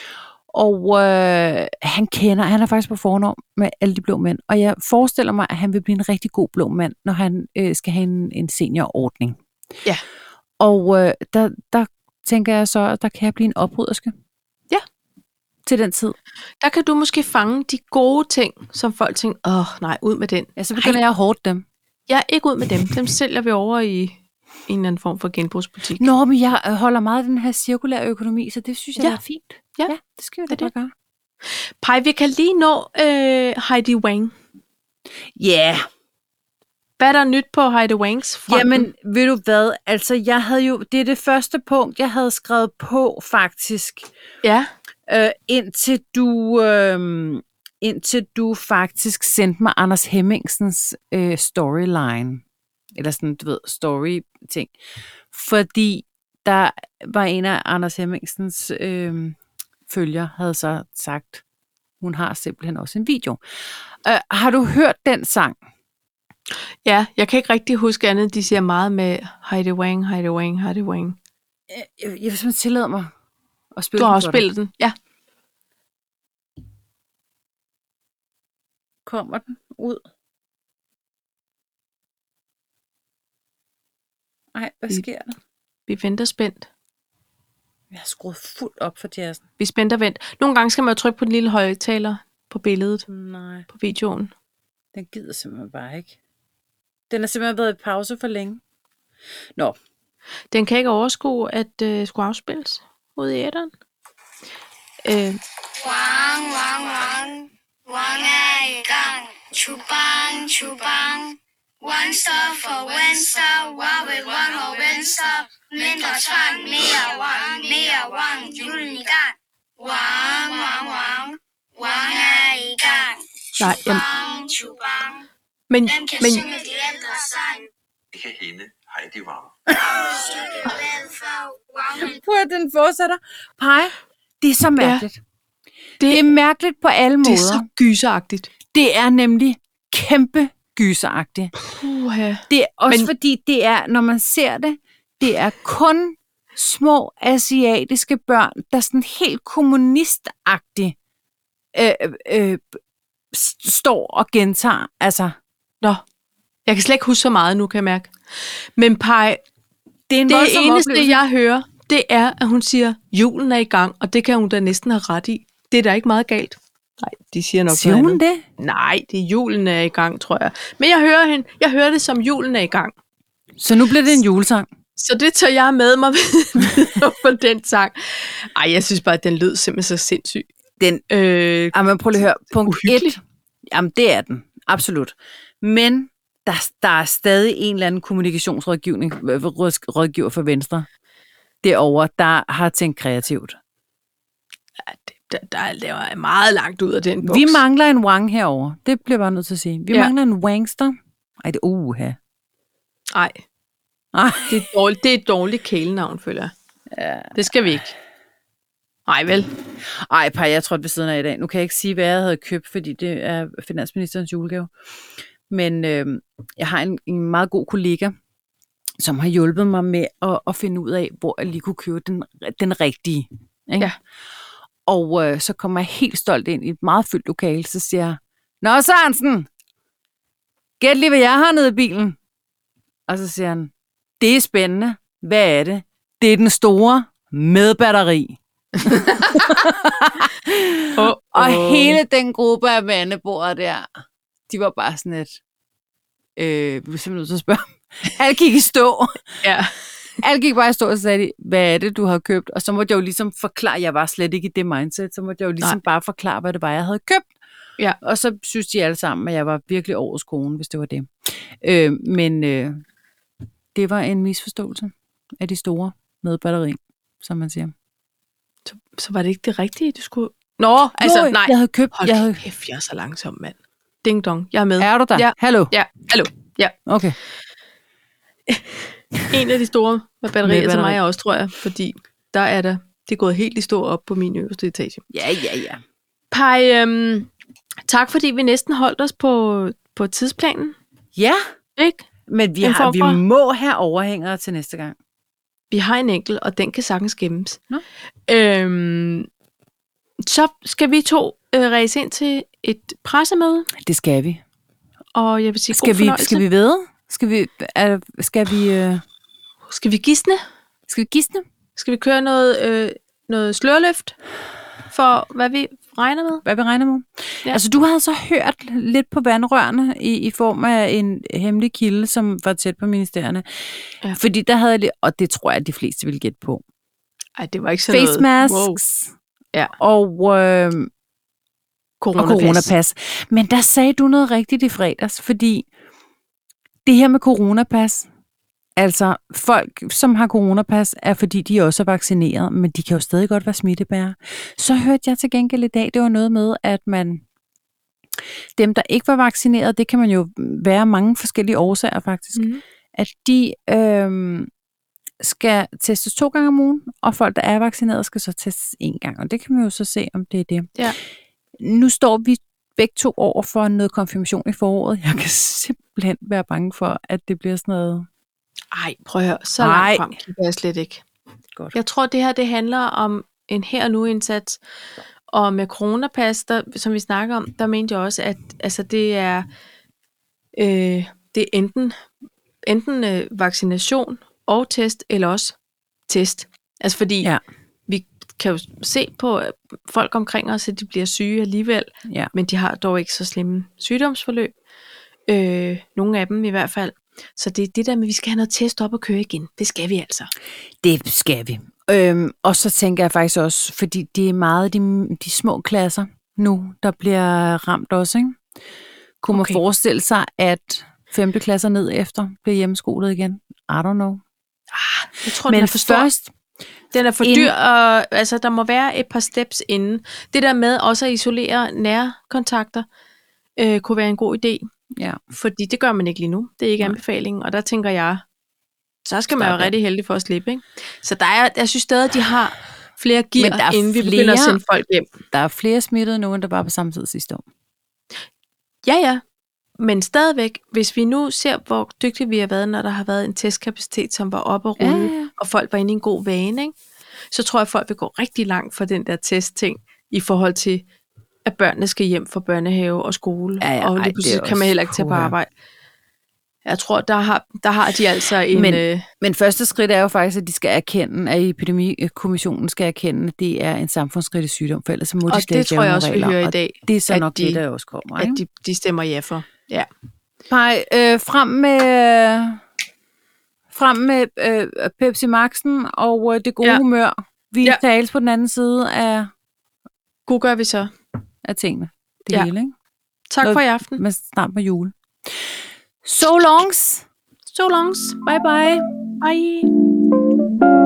S2: Og øh, han kender, han er faktisk på fornår med alle de blå mænd. Og jeg forestiller mig, at han vil blive en rigtig god blå mand, når han øh, skal have en, en seniorordning.
S1: Ja.
S2: Og øh, der, der tænker jeg så, at der kan jeg blive en oprydderske.
S1: Ja.
S2: Til den tid.
S1: Der kan du måske fange de gode ting, som folk tænker, åh oh, nej, ud med den.
S2: Ja, så begynder jeg at hårde dem.
S1: Jeg er ikke ud med dem. Dem sælger vi over i en eller anden form for genbrugsbutik.
S2: Nå, men jeg øh, holder meget af den her cirkulære økonomi, så det synes jeg
S1: Ja.
S2: ja. er fint.
S1: Ja.
S2: ja, det skal vi da
S1: Det er
S2: bare gøre.
S1: Pej, vi kan lige nå øh, Heidi Wang.
S2: Ja,
S1: Hvad er der nyt på Heidi Wangs front?
S2: jamen ved du hvad, altså jeg havde jo, det er det første punkt, jeg havde skrevet på faktisk,
S1: Ja,
S2: øh, indtil du... Øh, indtil du faktisk sendte mig Anders Hemmingsens øh, storyline, eller sådan, du ved, story-ting, fordi der var en af Anders Hemmingsens øh, følger, havde så sagt, hun har simpelthen også en video. Øh, har du hørt den sang?
S1: ja, jeg kan ikke rigtig huske andet, de siger meget med Heidi Wang, Heidi Wang, Heidi Wang.
S2: Øh, Jeg, jeg vil simpelthen tillade mig at spille
S1: Du har
S2: den
S1: også
S2: for dig.
S1: spillet den. Ja,
S2: Kommer den ud? Nej, hvad
S1: Vi-
S2: sker der?
S1: vi venter spændt.
S2: Jeg har skruet fuldt op for jazzen.
S1: Vi er spændt og vent. Nogle gange skal man jo trykke på den lille højtaler på billedet,
S2: Nej,
S1: på videoen.
S2: den gider simpelthen bare ikke. Den har simpelthen været i pause for længe. Nå,
S1: Den kan ikke overskue at øh, skulle afspilles ude i æderen. Øh,
S3: 王王王王爱杠，出邦出邦。One star for one star，我为 one for one star。领导唱，你也忘，你也忘，有你干。王王王王爱杠，
S1: nej, jamen,
S3: 邦出邦。
S1: men,
S3: Hvem kan
S1: men
S3: synge de ældre sang?
S4: Det kan hende Heidi Wang.
S3: Stykke vel for wow.
S2: prøv at den fortsætter. Pej, det er så mærkeligt. Ja. Det, det er mærkeligt på alle
S1: det
S2: måder.
S1: er så gyseragtigt.
S2: det er nemlig kæmpe gyseragtigt.
S1: Puha.
S2: Det er også
S1: Men-
S2: Men... fordi, det er, når man ser det, det er kun små asiatiske børn, der sådan helt kommunistagtigt øh, øh, s- står og gentager. Altså,
S1: Nå, jeg kan slet ikke huske så meget nu, kan jeg mærke. Men Pej,
S2: det er en
S1: det
S2: voldsom
S1: eneste,
S2: oplevelse.
S1: jeg hører, det er, at hun siger, julen er i gang, og det kan hun da næsten have ret i. Det er da ikke meget galt. Nej, de siger nok
S2: Siger
S1: noget
S2: hun
S1: andet.
S2: det?
S1: Nej, det er julen er i gang, tror jeg. Men jeg hører hende, jeg hører det som julen er i gang.
S2: Så nu bliver det en julesang.
S1: Så det tager jeg med mig videre på den sang. Ej, jeg synes bare, at den lød simpelthen så sindssyg.
S2: Den,
S1: Øh,
S2: jamen, prøv lige at høre. Punkt
S1: Uhyggelig.
S2: 1. Jamen, det er den. Absolut. Men der, der er stadig en eller anden kommunikationsrådgivning, øh, rådsk- rådgiver for Venstre derovre, der har tænkt kreativt.
S1: der, der laver jeg meget langt ud af den boks.
S2: Vi mangler en wang herover. Det bliver jeg bare nødt til at sige. Vi
S1: Ja.
S2: ja. mangler en wangster. Ej, det uha. Ah.
S1: Nej,
S2: Ej,
S1: det er et dårligt, det er et dårligt kælenavn, føler jeg. Ja. Det skal vi ikke. Nej, vel?
S2: Ej par, jeg trådte ved siden af i dag. Nu kan jeg ikke sige, hvad jeg havde købt, fordi det er finansministerens julegave. Men øh, jeg har en, en meget god kollega, som har hjulpet mig med at, at finde ud af, hvor jeg lige kunne købe den, den rigtige. Ikke?
S1: Ja.
S2: Og øh, så kommer jeg helt stolt ind i et meget fyldt lokale, så siger jeg, Nå Sørensen, gæt lige, hvad jeg har nede i bilen. Og så siger han, det er spændende. Hvad er det? Det er den store med batteri.
S1: Oh,
S2: Og oh. hele den gruppe af mandebord der, de var bare sådan et, øh, vi er simpelthen nødt til at spørge. Alt gik i stå.
S1: Ja.
S2: Alt gik bare i stå, og så sagde de, hvad er det, du har købt? Og så måtte jeg jo ligesom forklare, jeg var slet ikke i det mindset, så måtte jeg jo ligesom
S1: Nej.
S2: Nej. bare forklare, hvad det var, jeg havde købt.
S1: Ja.
S2: Og så synes de alle sammen, at jeg var virkelig årets kone, hvis det var det. Øh, men øh, det var en misforståelse af de store med batteri, som man siger.
S1: Så var det ikke det rigtige, du skulle... Nå, altså nej.
S2: Jeg havde købt...
S1: Hold
S2: Jeg havde...
S1: kæft, jeg er så langsom, mand. Ding dong, jeg er med.
S2: Er du der?
S1: Ja.
S2: Hallo?
S1: Ja, hallo. Ja,
S2: Okay.
S1: en af de store med batterier
S2: Med
S1: til mig
S2: batteri.
S1: også, tror jeg, fordi der er der, det er gået helt i stå op på min øverste etage.
S2: Ja, ja, ja.
S1: Pej, øhm, tak fordi vi næsten holdt os på, på tidsplanen,
S2: Ja,
S1: ikke?
S2: men vi,
S1: En
S2: har,
S1: form
S2: vi
S1: for-
S2: må have overhængere til næste gang.
S1: Vi har en enkelt, og den kan sagtens gemmes.
S2: Nå.
S1: Øhm, så skal vi to øh, ræse ind til et pressemøde,
S2: Det skal vi.
S1: og jeg vil sige god
S2: Skal vi,
S1: fornøjelse.
S2: skal vi ved? Skal vi, er, skal vi, øh,
S1: skal vi gisne?
S2: skal vi gisne?
S1: Skal vi køre noget, øh, noget slørløft for, hvad vi regner med?
S2: Hvad vi regner med? Ja.
S1: Ja.
S2: Altså, du havde så hørt lidt på vandrørene i, i form af en hemmelig kilde, som var tæt på ministerierne. Ja.
S1: Ja.
S2: Fordi der havde jeg, lidt- og det tror jeg, at de fleste ville gætte på.
S1: Ej, det var ikke sådan
S2: Face
S1: noget.
S2: masks
S1: Wow. Ja.
S2: og, øh, og
S1: Coronapas.
S2: coronapas. Men der sagde du noget rigtigt i fredags, fordi det her med coronapas, altså folk, som har coronapas, er fordi de også er vaccineret, men de kan jo stadig godt være smittebærere. Så hørte jeg til gengæld i dag, det var noget med, at man dem, der ikke var vaccineret, det kan man jo være af mange forskellige årsager faktisk,
S1: Mhm.
S2: at de øh, skal testes to gange om ugen, og folk, der er vaccineret, skal så testes en gang. Og det kan man jo så se, om det er det.
S1: Ja.
S2: Nu står vi begge to over for noget konfirmation i foråret. Jeg kan simpelthen være bange for, at det bliver sådan noget...
S1: Ej, prøv at høre. Så
S2: Nej.
S1: langt frem kigger jeg slet ikke.
S2: Godt.
S1: Jeg tror, det her det handler om en her og nu indsats. Og med coronapas, der, som vi snakker om, der mente jeg også, at altså, det er øh, det er enten, enten øh, vaccination og test, eller også test. Altså fordi
S2: Ja.
S1: ja. vi kan jo se på øh, folk omkring os, at de bliver syge alligevel,
S2: Ja.
S1: men de har dog ikke så slemme sygdomsforløb. Øh, nogle af dem i hvert fald. Så det er det der med, at vi skal have noget test op og køre igen. Det skal vi altså.
S2: Det skal vi. Øhm, og så tænker jeg faktisk også, fordi det er meget de, de små klasser nu, der bliver ramt også, ikke? Kunne okay.
S1: Okay.
S2: man forestille sig, at 5. klasser ned efter bliver hjemmeskolet igen? I don't know.
S1: Jeg tror, den er for stor.
S2: først,
S1: den er for
S2: ind-
S1: dyr, og altså, der må være et par steps inden. Det der med også at isolere nære kontakter, øh, kunne være en god idé,
S2: ja,
S1: fordi det gør man ikke lige nu. Det er ikke
S2: Nej.
S1: anbefalingen, og der tænker jeg, så skal man jo
S2: Stop, ja.
S1: rigtig heldig for at slippe. Ikke? Så der er, jeg synes stadig, at de har flere gear,
S2: Men der er
S1: inden vi begynder at
S2: flere-
S1: sende folk hjem.
S2: der er flere smittede nu, end der var på samme tid sidste år.
S1: Ja, ja. Men stadigvæk, hvis vi nu ser, hvor dygtige vi har været, når der har været en testkapacitet, som var op og rulle,
S2: Ja, ja.
S1: og folk var inde i en god vane, ikke? så tror jeg, at folk vil gå rigtig langt for den der testting i forhold til, at børnene skal hjem fra børnehave og skole,
S2: Ja, ja,
S1: og
S2: ej, det
S1: lige
S2: er
S1: pludselig kan
S2: også-
S1: man heller ikke tage på
S2: puha.
S1: arbejde. Jeg tror, der har, der har de altså en...
S2: Men-
S1: øh,
S2: Men første skridt er jo faktisk, at de skal erkende, at epidemikommissionen skal erkende, at det er en samfundskritisk sygdom, for ellers så må de
S1: og
S2: slet
S1: det
S2: ikke
S1: tror
S2: lave
S1: jeg
S2: nogle
S1: også, vi
S2: regler.
S1: hører i
S2: og
S1: dag,
S2: det er så
S1: at
S2: nok
S1: de-
S2: det, der også kommer.
S1: at
S2: Ikke?
S1: de, de stemmer ja for. Ja.
S2: Pej, øh, frem med, frem med øh, Pepsi Maxen og øh, det gode ja.
S1: Ja.
S2: humør. Vi ja.
S1: Ja.
S2: tales på den anden side af,
S1: God gør vi så.
S2: af tingene. Det ja.
S1: Ja. Mm.
S2: hele, ikke?
S1: Tak
S2: Nå,
S1: for i aften.
S2: Men snart på jul. So longs!
S1: So longs.
S2: Bye bye!
S1: Bye.